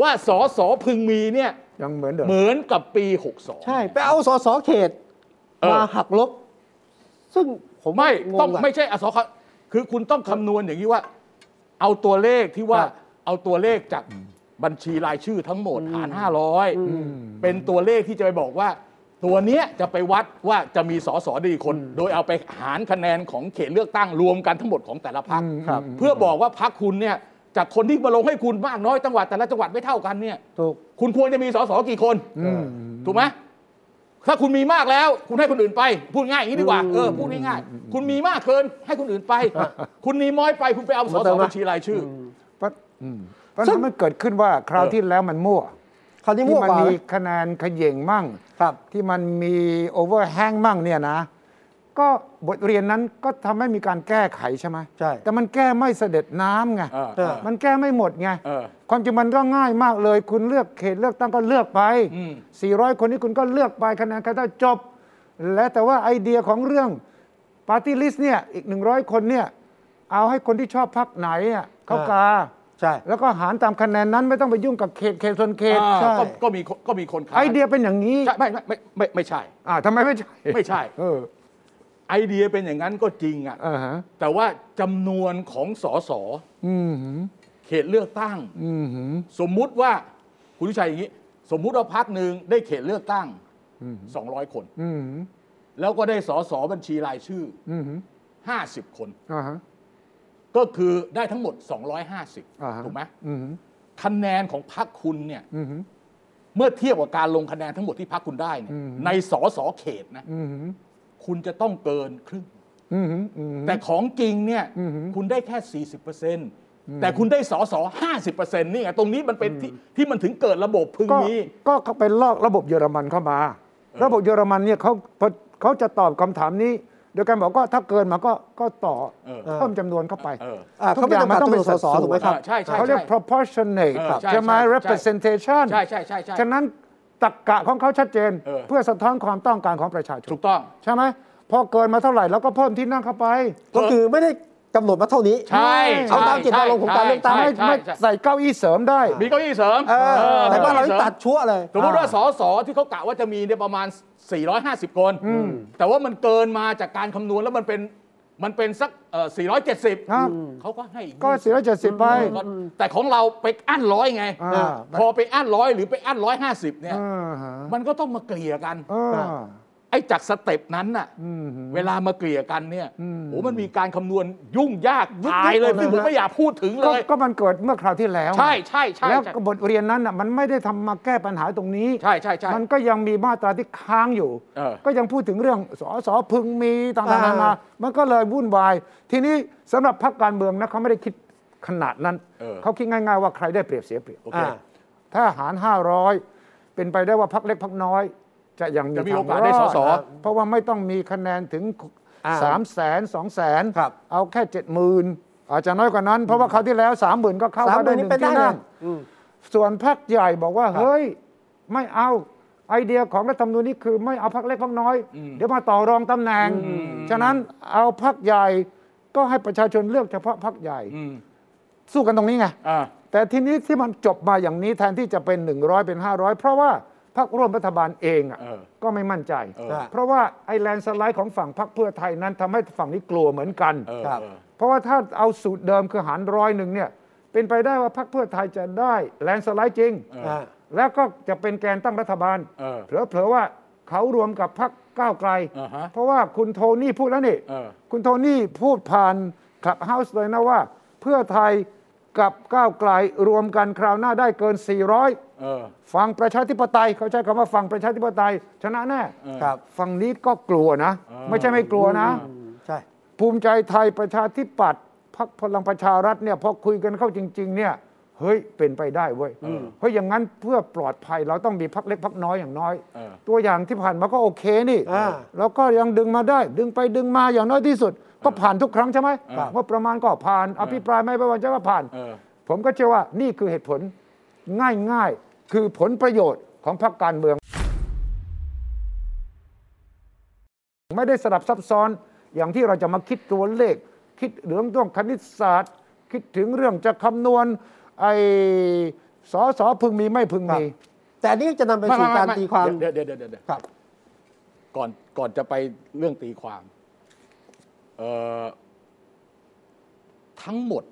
ว่าสสพึงมีเนี่ย
ยังเหมือนเดิม
เหมือนกับปี 62
ใช่ ไปเอาสสเขต
เออ
มาหักลบ ซึ่งผม
ไม่
ง
ต้อง
งะ
ไม่ใช่อสคคือคุณต้องคำนวณอย่างนี้ว่า เอาตัวเลขที่ว่า
ครับ
เอาตัวเลขจากบัญชีรายชื่อทั้งหมดหาร
ม
500 เป็นตัวเลขที่จะไปบอกว่า ตัวเนี้ยจะไปวัดว่าจะมีสสดีคน โดยเอาไปหารคะแนนของเขตเลือกตั้งรวมกันทั้งหมดของแต่ละพรรค
ครับ
เพื่อบอกว่าพรรคคุณเนี่ยจากคนที่มาลงให้คุณมากน้อยจังหวัดแต่ละจังหวัดไม่เท่ากันเนี่ย
ถูก
คุณควรจะมีสสกี่คน
อืม
ถูกไหมถ้าคุณมีมากแล้ว คุณให้คนอื่นไป พูดง่ายอย่างนี้ดีกว่า
อืม
เออ พูดง่ายๆ คุณมีมากเกิน ให้คนอื่นไป คุณมีน้อยไป คุณไปเอาส
มา
ส
เติมมา
บัญชีรายชื่ออ
ปัญปัญหามันเกิดขึ้นว่าคราว
เออ
ที่แล้วมันมั่ว
คราวนี้มั่
ที่
ว
มัน
กว่า
มี
ไหม
คะแนนเขย่งมั่ง
ครับ
ที่มันมีโอเวอร์แฮงมั่งเนี่ยนะ ก็บทเรียนนั้นก็ทำให้มีการแก้ไขใช่ไหม
ใช่
แต่มันแก้ไม่เสด็จน้ำไง
เออ
เออ
มันแก้ไม่หมดไง
เออ
ความจริงมันก็ง่ายมากเลย คุณเลือกเขตเลือกตั้งก็เลือกไป
อืม
400 คนนี้คุณก็เลือกไปคะแนนคะแนนจบ และแต่ว่าไอเดียของเรื่องปาร์ตี้ลิสต์เนี่ยอีก 100 คนเนี่ยเอาให้คนที่ชอบพักไหนอะเขากา
ใช่
แล้วก็หารตามคะแนนนั้นไม่ต้องไปยุ่งกับเขตเขตส่วนเขต
อ่า
ใช่
ก็ก็มีคนก็มีคนค้าน
ไอเดียเป็นอย่างนี้
ใช่ไม่ไม่ไม่ไม่ไม่ใช่
อ่าทำไมไม่ใช่
ไม่ใช่
เออ
ไอเดียเป็นอย่างนั้นก็จริงอ่ะ
อ่าฮะ
แต่ว่าจำนวนของสส
อืมหืม
เขตเลือกตั้ง
อืมหืม
สมมุติว่าคุณวิชัยอย่างนี้ สมมุติว่าพักหนึ่งได้เขตเลือกตั้ง
อืม
สองร้อยคน
อืมหืม
แล้วก็ได้สสบัญชีรายชื่อ
อืมหืม
ห้าสิบคน
อ่าฮะ
ก็คือได้ทั้งหมด
อ่าฮะ
250 ถูกไหม
อืมหืม
คะแนนของพรรคคุณเนี่ย
อืมหืม
เมื่อเทียบกับการลงคะแนนทั้งหมดที่พรรคคุณได้เนี่ย
อืม
ในสสเขตนะ
อืมหืม
คุณจะต้องเกินครึ่ง
อืมหืมอืมหืม
แต่ของจริงเนี่ย
อือหือ
คุณได้แค่ 40%แต่คุณได้สอสอ50%นี่ไงตรงนี้มันเป็นที่ที่มันถึงเกิดระบบพึง
ก็
นี้
ก็เขาไปลอกระบบเยอรมันเข้ามา ระบบเยอรมันเนี่ยเขาพอเขาจะตอบคำถามนี้ โดยการบอกว่าถ้าเกินมาก็ก็ต่อ
เออ
เพิ่มจำนวนเข้าไป
เออ
อ่า
ทุก
เขาไม่
อย่าง
จำ
มั
กัด
นต้องเป็
จำน
น
วนสส
สัดส่วน
ถูกไหมครับ
อ่าใช่ใช่
เขาเรียก
ใช่
proportionate
เออ
ครับ
ใช่
ใช่ไหม
ใช่
representation
ใช่ใช่ใช่ใช่
ฉะนั้นตรกกะของเขาชัดเจน
เออ
เพื่อสะท้อนความต้องการของประชาชน
ถูกต้อง
ใช่ไหมพอเกินมาเท่าไหร่แล้วก็เพิ่มที่นั่งเข้าไป
ก็คือไม่ได้กำหนดมาเท่านี้
ใช่
เอาตามเจตนารมณ์ของการเลือกตั้ง
ใช่
ไม่
ใช่
ไม่
ใช่
ใส่เก้าอี้เสริมได้
มีเก้าอี้เสริม
เออ
เออ
แต่ว่านเรา
มี
นี่ตั
เก้าอี้สริม
ดชั่วเลย
สมมติว่า
อ่า
สอสอที่เขากะว่าจะมีเนี่ยประมาณ 450 คน แต่ว่ามันเกินมาจากการคำนวณแล้วมันเป็นมันเป็นสักเอ่อ
ครับ
470 เขาก็ให้อี
ก็
20
470ไป
แต่ของเราไปอั้นร้อยไง
อ่า
พอไปอั้นร้อยหรือไปอั้นร้อยห้าสิบเนี่ย
อ่าฮะ
มันก็ต้องมาเกลี่ยกัน
อ่า
ไอ้จากสเต็ปนั้นน่ะ
อืมหืม
เวลามาเกลี่ยกันเนี่ย
อืม
โอ้มันมีการคำนวณยุ่งยาก
ยุ่ง
ตายเลย
ยาก
ซึ่งผม
นะ
ไม่อยากพูดถึงเล
ก็
ย
ก็มันเกิดเมื่อคราวที่แล้ว
ใช่ใช่ใช่
แล้ว
ใช่
ก็บทเรียนนั้นน่ะมันไม่ได้ทำมาแก้ปัญหาตรงนี้
ใช่ใช่ใช่
มันก็ยังมีมาตราที่ค้างอยู่
เออ
ก็ยังพูดถึงเรื่องสอสอพึงมีต่างๆ
อ่า
นานามันก็เลยวุ่นวาย ทีนี้สำหรับพรรคการเมืองนะเขาไม่ได้คิดขนาดนั้น
เออ
เขาคิดง่ายๆว่าใครได้เปรียบเสียเปรียบ
โอเค
อ่า
ถ้าหาร 500 เป็นไปได้ว่าพรรคเล็กพรรคน้อย จะยังมี
จะมี
ทง
โอกาสได้สอสอ
รดเพราะว่าไม่ต้องมีคะแนนถึง
อ่า
3 0 0 0 0 0 2 0 0
ครับ
0เอาแค่ 70,000 อาจจะน้อยกว่านั้น เพราะว่าคราวที่แล้ว 30,000 ก็เข้า
สาม
มา
ห
ได้
มื่น
ห
นี่
นึ่ง
เป็นได้
ที่
เล
นั่
ย
ง
อืม
ส่วนพรรคใหญ่บอกว่า
ครับ
เฮ้ย ไม่เอาไอเดียของรัฐธรรมนูญนี่คือไม่เอาพรรคเล็กพรรคน้อย
อืม
เดี๋ยวมาต่อรองตำแหน่ง
อืม
ฉะนั้นเอาพรรคใหญ่ก็ให้ประชาชนเลือกเฉพาะพรรคใหญ่
อืม
สู้กันตรงนี้ไง
อ่า
แต่ทีนี้ที่มันจบมาอย่างนี้แทนที่จะเป็น 100 เป็น 500 เพราะว่าพรรคร่วมรัฐบาลเองอะ
เออ
ก็ไม่มั่นใจ
เออ
เพราะว่าไอ้แลนด์สไลด์ของฝั่งพรรคเพื่อไทยนั้นทำให้ฝั่งนี้กลัวเหมือนกัน
เออ
ครับ
เออ
เพราะว่าถ้าเอาสูตรเดิมคือหารร้อยหนึ่งเนี่ยเป็นไปได้ว่าพรรคเพื่อไทยจะได้แลนด์สไลด์จริง
เออ
อ่า
แล้วก็จะเป็นแกนตั้งรัฐบาล
เออ
เผลอๆว่าเขารวมกับพรรคก้าวไกล
อ่าฮะ
เพราะว่าคุณโทนี่พูดแล้วนี่
เออ
คุณโทนี่พูดผ่านคลับเฮาส์เลยนะว่า เพื่อไทยกับก้าวไกลรวมกันคราวหน้าได้เกิน 400
เออ
ฝั่งประชาธิปไตย เขาใช้คำว่าฝั่งประชาธิปไตย ชนะแน่
เออ
ครับ
ฝั่งนี้ก็กลัวนะ ไม่ใช่ไม่กลัวนะ
อืมใช่
ภูมิใจไทยประชาธิปัตย์พักพลังประชารัฐเนี่ยพอคุยกันเข้าจริง ๆ เนี่ยเฮ้ยเป็นไปได้เว้ย
อืม
เพราะอย่างนั้นเพื่อปลอดภัยเราต้องมีพักเล็กพักน้อยอย่างน้อย
เออ
ตัวอย่างที่ผ่านมาก็โอเคนี่
อ่า
แล้วก็ยังดึงมาได้ ดึงไปดึงมาอย่างน้อยที่สุด ก็ผ่านทุกครั้งใช่ไหม
ครับ
ว่าประมาณก็ผ่านอภิปรายไม่ไว้วางใจก็ผ่าน
เออ
ผมก็เชื่อว่านี่คือเหตุผลง่ายๆ คือผลประโยชน์ของพรรคการเมือง ไม่ได้สลับซับซ้อนอย่างที่เราจะมาคิดตัวเลข คิดเรื่องเรื่องคณิตศาสตร์ คิดถึงเรื่องจะคำนวณ ไอ้สอสอพึงมีไม่พึงมี
แต่อันนี้จะนำไปสู่การตีความ
เดี๋ยวเดี๋ยวเดี๋ยวเดี๋ยว
ครับ
ก่อนก่อนจะไปเรื่องตีความเอ่อทั้งหมด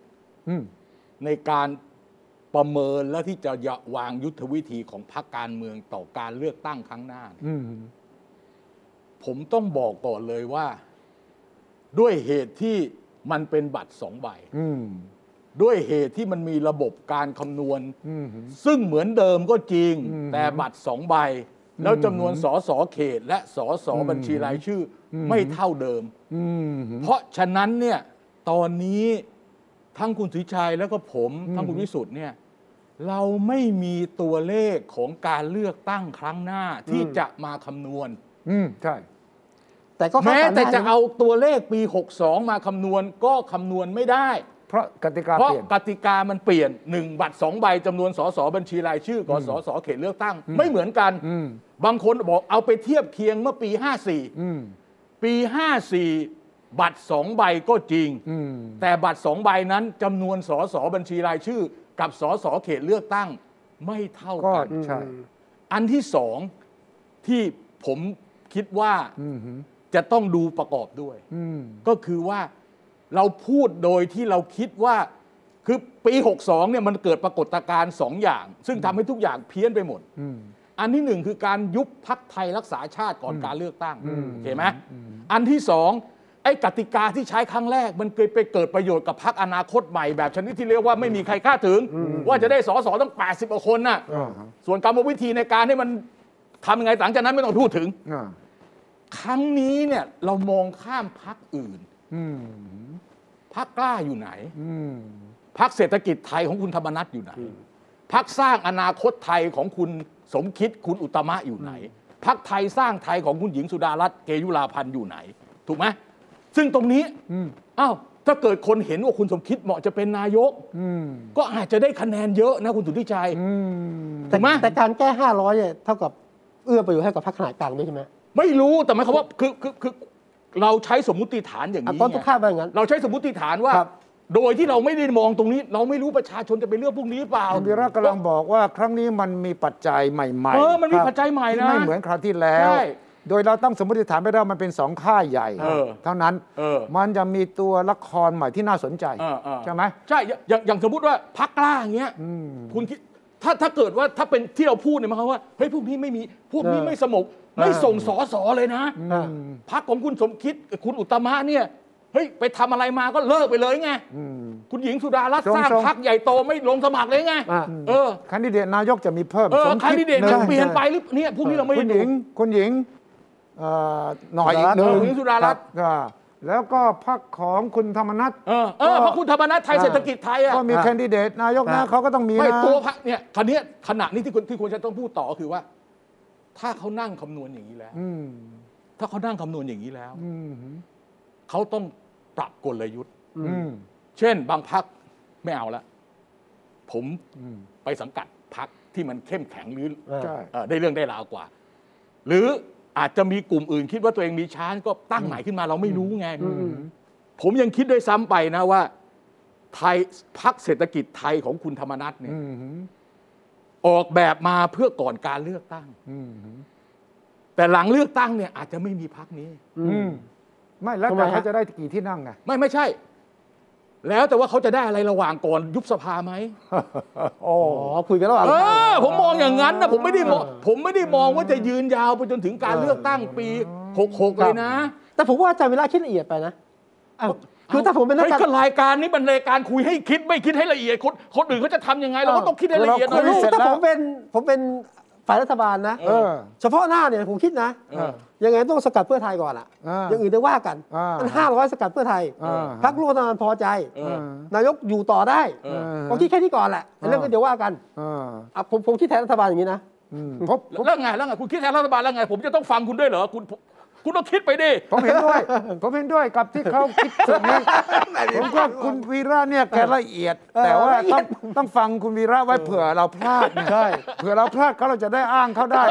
อืม
ในการประเมินและที่จะวางยุทธวิธีของพรรคการเมืองต่อการเลือกตั้งครั้งหน้าเนี่ย
อืม
ผมต้องบอกก่อนเลยว่า ด้วยเหตุที่มันเป็นบัตรสองใบ
อืม
ด้วยเหตุที่มันมีระบบการคำนวณ
อืม
ซึ่งเหมือนเดิมก็จริง
อืม
แต่บัตรสองใบ แล้วจำนวนสอสอเขต และสอสอบัญชีรายชื่ออ
ม
ไม่เท่าเดิม
อืม
เพราะฉะนั้นเนี่ยตอนนี้ทั้งคุณสุวิชัยแล้วก็ผม
อืม
ทั้งคุณวิสุทธ์เนี่ยเราไม่มีตัวเลขของการเลือกตั้งครั้งหน้าที่จะมาคำนวณ
อืม ใช่
แต่ก็คาด
แม้
การณ์
แต่
ได้
จะ
น
เอาตัวเลขปี 62 มาคำนวณก็คำนวณไม่ได้
เพราะกติกา
เพราะ
เปลี่ยน
กติกามันเปลี่ยนหนึ่งบัตรสองใบจำนวนสสบัญชีรายชื่อกับสสเขตเลือกตั้ง ไม่เหมือนกัน
อืม
บางคนบอกเอาไปเทียบเคียงเมื่อปี
อืม
54 ปี 54 บัตรสองใบก็จริง
อืม
แต่บัตรสองใบนั้นจำนวนสสบัญชีรายชื่อ กับสสเขตเลือกตั้ง ไม่เท่า
ก็
กัน
ใช่
อันที่สองที่ผมคิดว่า
อืม
จะต้องดูประกอบด้วย
อืม
ก็คือว่าเราพูดโดยที่เราคิดว่าคือปี 62เนี่ยมันเกิดปรากฏการณ์สองอย่าง ซึ่งทำให้ทุกอย่างเพี้ยนไปหมด
อืม
อันที่หนึ่งคือการยุบพักไทยรักษาชาติก่อนการเลือกตั้งโอเห็นไหมอันที่สองไอ้กติกาที่ใช้ครั้งแรก มันเคยไปเกิดประโยชน์กับพักอนาคตใหม่แบบชนิดที่เรียกว่าไม่มีใครคาดถึง ว่าจะได้สอสอต้อง 80กว่าคนน่ะ
อ่าฮะ
ส่วนกรรมวิธีในการให้มันทำยังไงหลังจากนั้นไม่ต้องพูดถึง
อ่า
ครั้งนี้เนี่ยเรามองข้ามพักอื่น
อืม
พักกล้าอยู่ไหน
อืม
พักเศรษฐกิจไทยของคุณธรรมนัฐอยู่ไหน พักสร้างอนาคตไทยของคุณสมคิดคุณอุตตมะอยู่ไหน พักไทยสร้างไทยของคุณหญิงสุดารัตน์เกยุราพันธ์อยู่ไหน ถูกไหมซึ่งตรงนี้
อืม
อ้าวถ้าเกิดคนเห็นว่าคุณสมคิดเหมาะจะเป็นนายก
อืม
ก็อาจจะได้คะแนนเยอะนะคุณสุทธิชัย
อืม
แต่
ถูกไหม
แต่การแก้ 500เนี่ยเท่ากับเอื้อประโยชน์ให้กับพรรคขนาดกลางด้วยใช่ไหม
ไม่รู้แต่หมายความว่าคือคือคือเราใช้สมมุติฐานอย่าง
อ่ะ
นี้
ต้นทุก
ไง
ข้ามาอย่างนั้น
เราใช้สมมติฐานว่า
ครับ
โดยที่เราไม่ได้มองตรงนี้ เราไม่รู้ประชาชนจะไปเลือกพวกนี้หรือเปล่า
คุณวีระกำลังบอกว่าครั้งนี้มันมีปัจจัยใหม่
เออมันมี
ครับ
ปัจจัยใหม่
ที่
นะ
ไม่เหมือนคราวที่แล้ว
ใช่
โดยเราตั้งสมมติฐานไปแล้วมันเป็นสองค่ายใหญ่
เออ
เท่านั้น
เออ
มันจะมีตัวละครใหม่ที่น่าสนใจ
เออเออ
ใช่ไหม
ใช่อย่างอย่างอย่างสมมติว่าพักกล้าอย่างเงี้ยคุณคิดถ้าถ้าเกิดว่าถ้าเป็นที่เราพูดเนี่ยหมายความว่าเฮ้ยพวกนี้ไม่มีพวกนี้
เออ
ไม่สมบไม่
เออ
ส่งสอสอเลยนะ
อ่ะ
พักของคุณสมคิดกับคุณอุตตมะเนี่ยเฮ้ยไปทำอะไรมาก็เลิกไปเลยไงคุณหญิงสุดารัตน์สร้าง
ตรงๆ
พักใหญ่โตไม่ลงสมัครเลยไง
อ่ะ
เออ
คันดิเดตนายกจะมีเพิ่ม
เออ
สม
คัน
ด
ดิเดต
ห
จะ
นึ่ง
เปลี่ยนไปหรือเนี่ยพวกนี้เราไม่
คุ
ได้
ณห
ดู
ญิงคุณหญิงเอ่อหน่อยอีกหนึ่ง
เออคุณหญิงสุดารัตน์
คบแล้วก็พักของคุณธรรมนัฐ
เออเออเพราะคุณธรรมนัฐไทย
อ่า
เศรษฐกิจไทยอ่ะ
ก็มี
อ่ะ
แคนดิเดตนายกนะ
อ่ะ
เขาก็ต้องมี
ไม่
นะ
ตัวพระเนี่ยคันนี้ยขณะนี้ที่คุณที่คุณจะต้องพูดต่อคือว่า ถ้าเขานั่งคำนวณอย่างนี้แล้ว
อืม
ถ้าเขานั่งคำนวณอย่างนี้แล้ว
อืม
เขาต้องปรับกลยุทธ์
อืม
เช่น บางพักไม่เอาละผม
อืม
ไปสังกัดพักที่มันเข้มแข็งหรือ
ใช่
เอ่อได้เรื่องได้ราวกว่า หรืออาจจะมีกลุ่มอื่นคิดว่าตัวเองมีช้านก็ตั้งใหม่ขึ้นมาเราไม่รู้ไง ผมยังคิดด้วยซ้ำไปนะว่า ไทยพักเศรษฐกิจไทยของคุณธรรมนัฐเนี่ย
อืม
ออกแบบมาเพื่อก่อนการเลือกตั้ง
อืม
แต่หลังเลือกตั้งเนี่ยอาจจะไม่มีพักนี้
อื
อื
ม
มไม่แล้ว
ทำไม
แต่
ฮะ
เขาจะได้กี่ที่นั่งไง
ไม่ไม่ใช่ แล้วแต่ว่าเขาจะได้อะไรระหว่างก่อนยุบสภาไหม
โอ้
อ๋อคุยกันระหว่าง
เออ ผมมองอย่างนั้นนะผมไม่ได้มองผมไม่ได้มองว่าจะยืนยาวไปจนถึงการเลือกตั้งปี66เลยนะ
แต่ผมว่าอาจารย์วิระคิดละเอียดไปนะอ้าวคือถ้าผมเป็นนัก
เฮ้ย
การ
ก็รายการนี้มันรายการคุยให้คิดไม่คิดให้ละเอียดคนคนอื่นเขาจะทำยังไงเราก็
เออ
ต้องคิดให้ละเอียดหน่อย
เราคุย
ลูก
เสร็จ
ถ้าผมเป็นผมเป็นฝ่ายรัฐบาลนะ
เออ
เฉพาะหน้าเนี่ยผมคิดนะ
เออ
ยังไงต้องสกัดเพื่อไทยก่อนอ่ะ
อ่า
อย่างอื่นได้ว่ากัน
อ่ามั
มันห้าร้อยสกัดเพื่อไทย
อ่า
พักร่วมรัฐบาลพอใจ
เออ
นายกอยู่ต่อได้
เออ
ผมคิดแค่นี้ก่อนแหละเรื่องก็เดี๋ยวว่ากัน
อ่า
อ่ะผมผมคิดแทนรัฐบาลอย่างนี้นะ
อืมเพราะ
แล้วไงแล้วไงคุณคิดแทนรัฐบาลแล้วไง ผมจะต้องฟังคุณด้วยเหรอคุณ คุณต้องคิดไปดิ
ผมเห็นด้วย ผมเห็นด้วยกับที่เขาคิดส่วนนี้ผมก็คุณวีระเนี่ยแกละเอียด แต่ว่าต้องต้องฟังคุณวีระไว้เผื่อเราพลาดเนี่ย
ใช่
เผื่อเราพลาดเขาเราจะได้อ้างเขาได้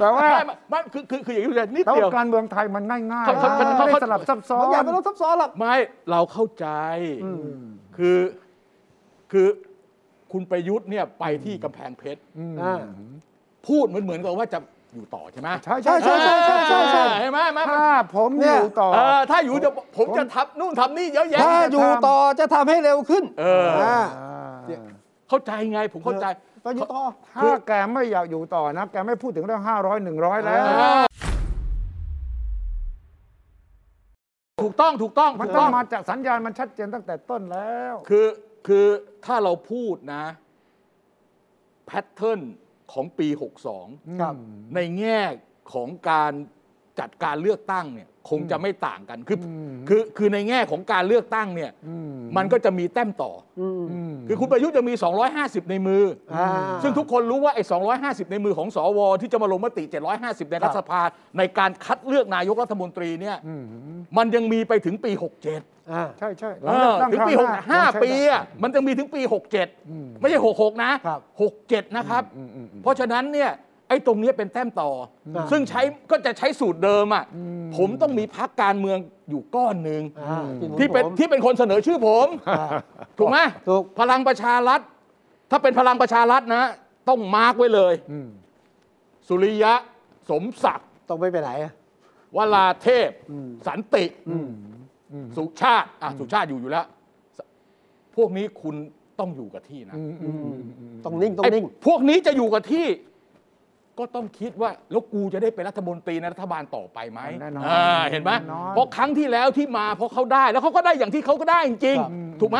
แต่ว่า
ไม่ไม่ไม่คือคือคืออย่างนี้นิด
แล้ว
เดียว
การเมืองไทยมันง่าย
เขา
ๆ
เขาเขา
ไม่
เขา
ได้สลับซับซ้อบ
างอย่าง
น
มันต้องซับซ้อนหรอก
ไม่เราเข้าใจคือคือคุณประยุทธ์เนี่ยไปที่กำแพงเพชร
อ่า
พูดเหมือนเหมือนกับว่าจะอยู่ต่อใช่ไหม
ใช่ใช่
ใช่
ใช่
ใช่ใช่ใช่ใช่
เห็นไหมไหม
ถ้าผมอ
เนี่ย
ยู่ต่อ
เออถ้าอยู่จะผมจะทำนู่นทำนี่เยอะแยะ
ถ้าอยู่ต่อจะทำให้เร็วขึ้น
เอออ่
า
เข้าใจไงผมเข้าใจ
ก็อยู่ต่อ
ถ้าแกไม่อยากอยู่ต่อนะ แกไม่พูดถึงเรื่อง 500 100 แล้ว
ถูกต้องถูกต้อง
มัน
ถูก
ต้
ต้อ
อ
ง ง
มาจากสัญญาณมันชัดเจนตั้งแต่ต้นแล้ว
คือคือถ้าเราพูดนะ แพทเทิร์นของปี
ครับ
62 ในแง่ของการจัดการเลือกตั้งเนี่ยคงจะไม่ต่างกันคืออคือคือในแง่ของการเลือกตั้งเนี่ย
อืม
มันก็จะมีแต้มต่ออคือคุณประยุทธ์จะมี 250 ในมืออ
อ่า
ซึ่งทุกคนรู้ว่าไอ้250 ในมือของสว ที่จะมาลงมติ 750 ในรัฐสภา ในการคัดเลือกนายกรัฐมนตรีเนี่ยมันยังมีไปถึงปี 67
อ่า
ใช่ใช่
เออถึงปี 65 ปีอะมันยังมีถึงปี 67 ไม่ใช่ 66 นะ
ครับ
67 นะครับ เพราะฉะนั้นเนี่ยไอ้ตรงเนี้ยเป็นแต้มต่ออ
ม
ซึ่งใช้ก็จะใช้สูตรเดิมอ่ะผมต้องมีพักการเมืองอยู่ก้อนหนึ่ง
อ่า
ที่เป็น
ผม
ที่เป็นคนเสนอชื่อผม
อ่า
ถูกไหม
ถูก
พลังประชารัฐ ถ้าเป็นพลังประชารัฐนะ ต้องมาร์กไว้เลย สุริยะ สมศักดิ์
ต้องไม่ไปไหนอะ
วราเทพ สันติสุชาติอ่ะสุชาติอยู่อยู่แล้ว พวกนี้คุณต้องอยู่กับที่นะ
ต้องนิ่ง ต้อง
ไอ้
นิ่ง
พวกนี้จะอยู่กับที่ ก็ต้องคิดว่า แล้วกูจะได้เป็นรัฐมนตรีในรัฐบาลต่อไปไหม
แน่นอน
อ่าเห็นไหม
แน่นอน
เพราะครั้งที่แล้วที่มาเพราะเขาได้ แล้วเขาก็ได้อย่างที่เขาก็ได้จริงๆ
ครับ
ถูกไหม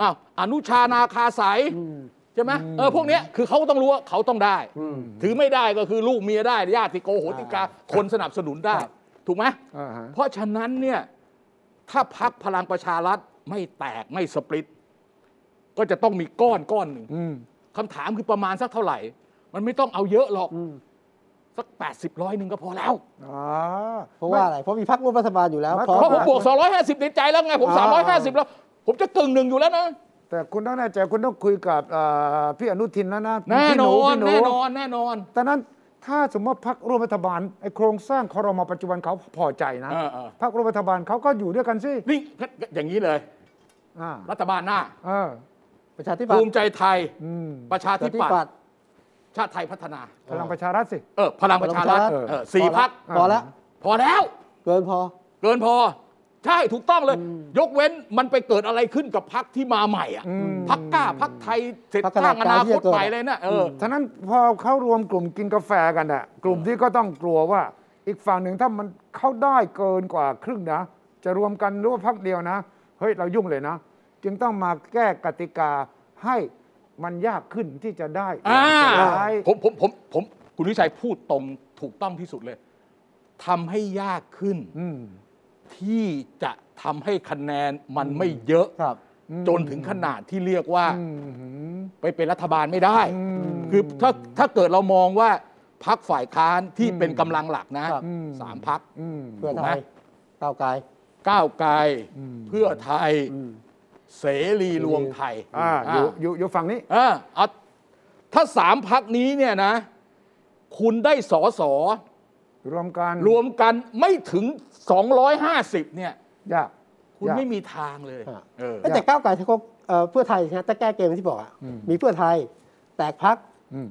อ้าวอนุชานาคาสาย ใช่ไหมเออพวกเนี้ยคือเขาต้องรู้ว่าเขาต้องได้ ถือไม่ได้ก็คือลูกเมียได้ญาติโกโหติกา คนสนับสนุนได้ ถูกไหม
อ่าฮะ
เพราะฉะนั้นเนี่ยถ้าพักพลังประชารัฐไม่แตกไม่สปริต ก็จะต้องมีก้อนก้อนหนึ่ง
อืม
คำถามคือประมาณสักเท่าไหร่ มันไม่ต้องเอาเยอะหรอก สัก 80ร้อยหนึ่งก็พอแล้ว
อ๋อ
เพราะว่าอะไร เพราะมีพรรคร่วมรัฐบาลอยู่แล้ว
ไม่
พร้อม
เพราะผมบวก 250ในใจแล้วไง ผม
อ่า
350 แล้ว ผมจะกึ่งหนึ่งอยู่แล้วนะ
แต่คุณต้องแน่ใจคุณต้องคุยกับเอ่อพี่อนุทินแล้วนะ
แน่
พี่ห
นอน
พี่ห
แน่นอนแน่นอน
แต่นั้นถ้าสมมติพักร่วมรัฐบาลไอโครงสร้างคอรมอปัจจุบันเขาพอใจนะ
เออเออ
พักร่วมรัฐบาลเขาก็อยู่ด้วยกันสิ
นี่อย่างนี้เลย
อ่า
รัฐบาลหน้า
เออ
ประชาธิปัต
ภู
ย์
มิใจไทย
อืม
ประชา
ประชาธิ
ธิปัต
ปัต
ย์
ย์
ชาติไทยพัฒนา
พลังประชารัฐสิ
เออ พลังประชารัฐ
พลังประชารัฐ
เออสี่พัก
พอละ
พอแล้ว
เกินพอ
เกินพอ ใช่ถูกต้องเลย ยกเว้นมันไปเกิดอะไรขึ้นกับพักที่มาใหม่อ่ะพักกล้าพักไทยเสร็จ
พรรค
สร้าง
ข
อ
นาดก
นา
ลางที่
ค
จะ
ต
เกิด
ใหม่เลยนะเออ
ฉะนั้นพอเขารวมกลุ่มกินกาแฟกันน่ะกลุ่มที่ก็ต้องกลัวว่า อีกฝั่งหนึ่งถ้ามันเข้าได้เกินกว่าครึ่งนะ จะรวมกันหรือว่าพักเดียวนะ เฮ้ย เรายุ่งเลยนะ จึงต้องมาแก้กติกาให้มันยากขึ้นที่จะได้
อ่า
จะได้
ผมผมผมผมคุณวิชัยพูดตรงถูกต้องที่สุดเลยทำให้ยากขึ้น
อืม
ที่จะทำให้คะแนนมันไม่เยอะ
ครับ
จนถึงขนาดที่เรียกว่า
อืม
ไปเป็นรัฐบาลไม่ได้ คือถ้าถ้าเกิดเรามองว่าพักฝ่ายค้านที่เป็นกำลังหลักนะครับ สามพัก
อืม
เพื่อไทย
ถูกไหม
ก้าวไกล
ก้าวไกล
อืม
เพื่อไทย
อืม
เสรีรวมไทย
อ่าอยู่อยู่อยู่ฝั่งนี้
อ่าเอาถ้าสามพักนี้เนี่ยนะ คุณได้สอสอ
รวมกัน
รวมกันไม่ถึง 250 เนี่ย
ยาก
คุณ
ยาก
ไม่มีทางเลย
อ่ะ
เออ
เอ้ยแต่ก้าวไกลถ้าเขาเอ่อเพื่อไทยนะถ้าแก้เกมที่บอกอะ
อืม
มีเพื่อไทย แตกพัก
อืม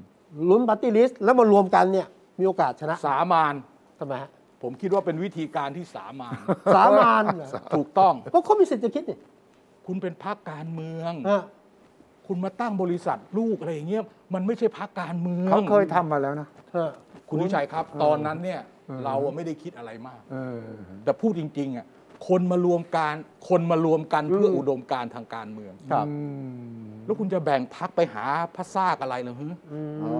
ลุ้นปาร์ตี้ลิสต์แล้วมารวมกันเนี่ย มีโอกาสชนะ
สามาน
ทำไมฮะ
ผมคิดว่าเป็นวิธีการที่สามาน
สามานเหรอ
ถูกต้อง
ก็เขามีสิทธิ์จะคิดนี่
คุณเป็นพักการเมือง
อ่ะ
คุณมาตั้งบริษัทลูกอะไรอย่างเงี้ยมันไม่ใช่พักการเมือง
เขาเคยทำมาแล้วนะ
อ่ะ
คุณวิชัยครับ ตอนนั้นเนี่ยเราอะไม่ได้คิดอะไรมาก
เออ
แต่พูดจริงๆอ่ะคนมารวมการคนมารวมกันเพื่ออุดมการณ์ทางการเมือง
ครับ
แล้วคุณจะแบ่งพักไปหาพระซากอะไรเหรอฮะ
อ๋อ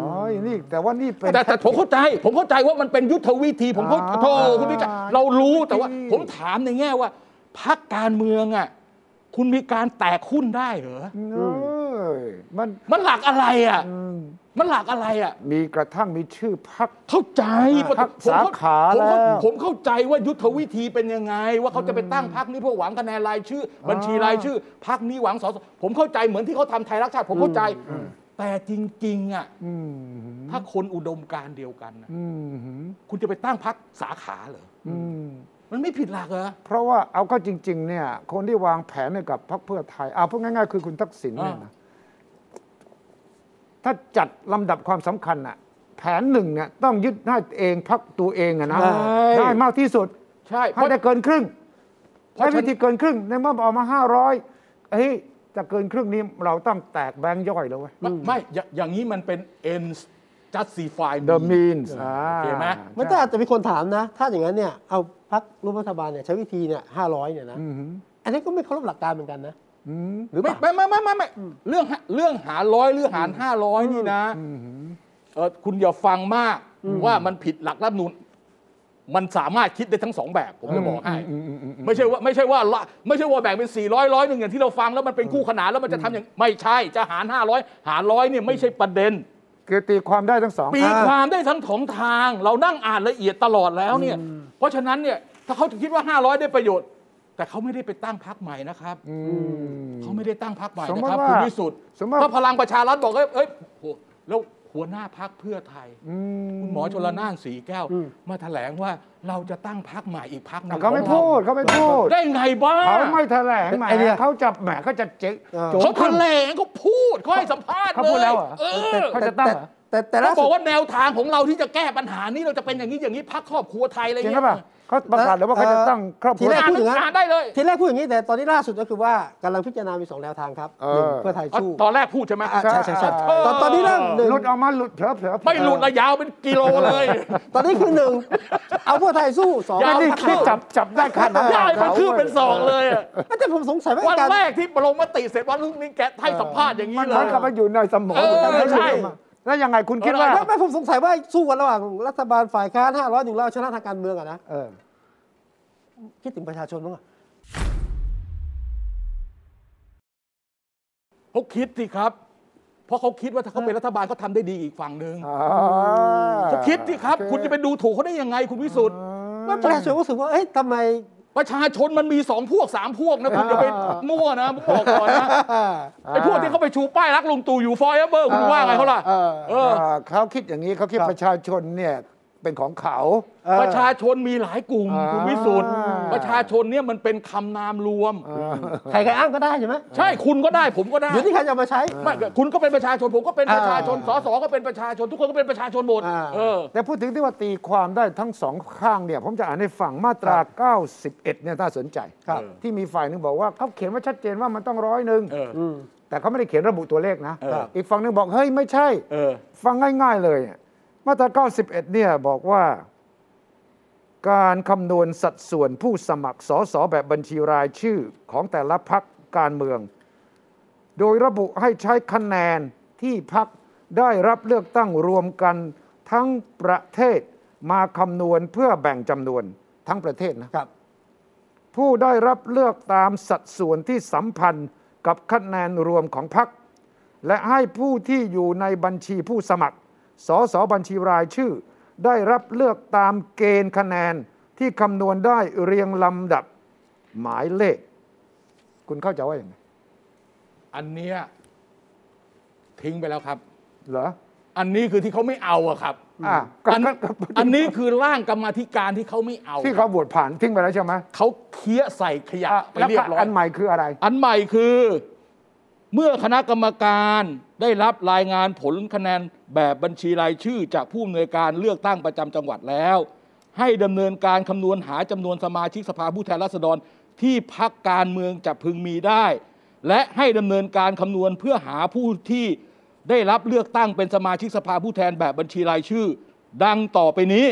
นี่แต่ว่านี่เป็น
แต่แต่ผมเข้าใจ ผมเข้าใจว่ามันเป็นยุทธวิธี ผมเข้า
อ่า
โทษคุณวิชัยเรารู้แต่ว่า
ยุทธวิธี
ผมถามในแง่ว่าพักการเมืองอ่ะคุณมีการแตกหุ้นได้เหรอ
เอ้ยมัน
มันหลักอะไรอ่ะ
อืม
มันหลักอะไรอ่ะ
มีกระทั่งมีชื่อพัก
เข้าใจ
พรรค
ผม
สาขา
ผมเข้า
แล้ว
ผมเข้าใจว่ายุทธวิธีเป็นยังไง ว่าเขาจะไปตั้งพักนี้เพื่อหวังคะแนนรายชื่อ บัญชีรายชื่อพักนี้หวังสอสอผมเข้าใจเหมือนที่เขาทำไทยรักชาติผมเข้าใจ แต่จริงๆอ่ะ
อืม
ถ้าคนอุดมการณ์เดียวกันน่ะ
อืม
คุณจะไปตั้งพักสาขาเหรอ
อืม
มันไม่ผิดหลักเหรอ
เพราะว่าเอาเข้าจริง ๆ เนี่ย คนที่วางแผนให้กับพรรคเพื่อไทยเอาพูดง่าย ๆ คือคุณทักษิณเนี่ยนะถ้าจัดลำดับความสำคัญอะแผนหนึ่งเนี่ยต้องยึดหน้าเองพรรคตัวเองอะนะ
ใช่
ได้มากที่สุด
ใช่เพ
ให้
ราะ
ได้เกินครึ่ง
เพ
ใช้
ราะฉะนั้น
วิธีเกินครึ่งในเมื่อออกมาห้าร้อยเฮ้ยจะเกินครึ่งนี้เราต้องแตกแบงค์ย่อยแล้วเว้ย
ไม่ไม่อย่าอย่างนี้มันเป็น ends justify
The
means
means
เออโอเคไหม
มันแต่อาจจะมีคนถามนะ ถ้าอย่างนั้นเนี่ยเอาพักร่วมรัฐบาลเนี่ยใช้วิธีเนี่ยห้าร้อยเนี่ยนะ
อืมหืม
อันนี้ก็ไม่เคารพหลักการเหมือนกันนะ
อืม
หรือเป
ไม่
ล่า
ไม่ไม่ไม่ไม่ไม่เรื่องหาเรื่องหารร้อยหรือหารห้าร้อยนี่นะเออคุณอย่าฟังมากว่ามันผิดหลักรัฐธรรมนูนมันสามารถคิดได้ทั้งสองแบบ ผมจะบอกให้
อืมอืมอืมอืม
ไม่ใช่ว่าไม่ใช่ว่าละไม่ใช่ว่าแบ่งเป็น 400ร้อยหนึ่งอย่างที่เราฟังแล้วมันเป็นคู่ขนานแล้วมันจะทำอย่างไม่ใช่จะหาร 500 หารร้อยเนี่ยไม่ใช่ประเด็น
คือตีความได้ทั้งสอง
ปี
ทาง
ความได้ทั้งสองทาง เรานั่งอ่านละเอียดตลอดแล้วเนี่ย เพราะฉะนั้นเนี่ยถ้าเขาคิดว่า 500 ได้ประโยชน์ แต่เขาไม่ได้ไปตั้งพักใหม่นะครับเขาไม่ได้ตั้งพักใหม่
ส
นะ
มมติ
ครับ
ว่า
คุณวิสุทธ์
สมมติว่า
ถ้าพลังประชารัฐบอกเอ้ยเอ้ยโหแล้วหัวหน้าพักเพื่อไทย
อืม
คุณหมอชลนานสีแก้ว มาแถลงว่าเราจะตั้งพักใหม่อีกพักหนึง
เขาไม่
ของ
พู
ร
ดเขาไม่พูด
ได้ไงบ้าง
เขาไม่แถลงแหม
ไอ้เนี่ย
เขาจะแหมเขาจะเจ๊โจ
เขา
ม
แถ
ขึ้น
ลงเขาพูดเขาให้สัมภาษณ์
เขา
เล
พูด
ย
แล้วเหรอ
เออ
เขาจะตั้งเหรอ
แต่แต่แต่
แล้
ล่าว
บ
สุ
อก
ด
ว่าแนวทางของเราของเราที่จะแก้ปัญหานี้เราจะเป็นอย่างนี้อย่างนี้พักครอบครัวไทยอะไร
จริงหรื
เงี้
อย เปล่าเขาประกาศแล้วว่าเขาจะตั้งครอบครั
ที
ว
แรก
อ่าน
พูดถึงนะ
อ่านได้เลย
ทีแรกพูดอย่างนี้แต่ตอนนี้ล่าสุดก็คือว่ากำลังพิจารณามีสองแนวทางครับ
เออ
หนึ่งเพื่อไทย
อ่ะ
สู้
ตอนแรกพูดใช่ไหม
อ่ะใช่ใช่ใช่
เออ
ตอนตอนนี้เริ่มหนึ่ง
หลุดออกมาหลุดเผลอเผลอเผลอ
ไม่หลุดระยาวเป็นกิโลเลย
ตอนนี้คือหนึ่งเอาเพื่อไทยสู้สอง
ไม่ได้คิดจับจับได้ขนาด
ได้มันคืบเป็นสองเลยอะ
แต่ผมสงสัยว่า
วัน
การ
แรกที่ลงมติเสร็จวันรุ่งนี้แกให้สัมภาษณ์อย่าง
มั
นี้
น
เล
เหมือย นกับมันอยู่ในสมอง
เออใช่
แล้วยังไงคุณคิดว่า
ไม่ไม่ผมสงสัยว่าสู้กันระหว่างรัฐบาลฝ่ายค้าน500ถึงเราชนะทางการเมืองอะนะ
เออ
คิดถึงประชาชนบ้างอะ
เขาคิดสิครับ เพราะเขาคิดว่าถ้าเขาเป็นรัฐบาลเขาทำได้ดีอีกฝั่งหนึ่ง
อ่า
เขาคิดสิครับ คุณจะไปดูถูกเขาได้ยังไงคุณวิสุทธิ์
ว่าประชาชนก็รู้สึกว่า เอ๊ะทำไม
ประชาชนมันมีสองพวกสามพวกนะคุณอย่าไปมั่วนะผมบอกก่อนนะ ไอ้พวกที่เขาไปชูป้ายรักลุงตู่อยู่ฟอยเบอร์คุณว่าไงเขาล่ะ
เออ
เออ
อ่าเขาคิดอย่างนี้เขาคิด
ครับ
ประชาชนเนี่ยเป็นของเขา
เออ
ประชาชนมีหลายกลุ่ม
อ่า
คุณวิสุทธิ์ประชาชนเนี่ยมันเป็นคำนามรวม
ใครใครอ้างก็ได้ใช่ไหม
ใช่คุณก็ได้ผมก็ได้
อยู่ที่ใครจะเอามาใช้
ไม่คุณก็เป็นประชาชนผมก็เป็นประชาชน
อ่า
สสก็เป็นประชาชนทุกคนก็เป็นประชาชนหมด
อ่า
เออ
แต่พูดถึงที่ว่าตีความได้ทั้งสองข้างเนี่ย ผมจะอ่านให้ฟังมาตรา 91 เนี่ยน่าสนใจ
ครับ
ที่มีฝ่ายหนึ่งบอกว่าเขาเขียนว่าชัดเจนว่ามันต้องร้อยหนึ่ง
เออ
อืม
แต่เขาไม่ได้เขียนระบุตัวเลขนะ
เอออี
อีกฝั่งหนึ่งบอก เฮ้ย ไม่ใช่
เออ
ฟังง่าย ๆ เลยอะมาตรา 91 เนี่ยบอกว่า การคำนวณสัดส่วนผู้สมัครสสแบบบัญชีรายชื่อของแต่ละพักการเมือง โดยระบุให้ใช้คะแนนที่พักได้รับเลือกตั้งรวมกันทั้งประเทศมาคำนวณเพื่อแบ่งจำนวนทั้งประเทศนะครับ ผู้ได้รับเลือกตามสัดส่วนที่สัมพันธ์กับคะแนนรวมของพัก และให้ผู้ที่อยู่ในบัญชีผู้สมัคร สสบัญชีรายชื่อ ได้รับเลือกตามเกณฑ์คะแนนที่คำนวณได้เรียงลำดับหมายเลข คุณเข้าใจว่าอย่างไง
อันเนี้ยทิ้งไปแล้วครับ
เหรอ
อันนี้คือที่เขาไม่เอาอะครับ
อ่ะก็
อัน
ก็
อันนี้คือร่างกรรมาธิการที่เขาไม่เอา
ที่เขาบวชผ่านทิ้งไปแล้วใช่ไหม
เขาเคี้ยใส่ขยะ
อ่ะ
ไป
แล้ว
เรียบร้อย
อันใหม่คืออะไร
อันใหม่คือเมื่อคณะกรรมการได้รับรายงานผลคะแนนแบบบัญชีรายชื่อ จากผู้อำนวยการเลือกตั้งประจำจังหวัดแล้ว ให้ดำเนินการคำนวณหาจำนวนสมาชิกสภาผู้แทนราษฎรที่พักการเมืองจะพึงมีได้ และให้ดำเนินการคำนวณเพื่อหาผู้ที่ได้รับเลือกตั้งเป็นสมาชิกสภาผู้แทนแบบบัญชีรายชื่อ ดังต่อไปนี้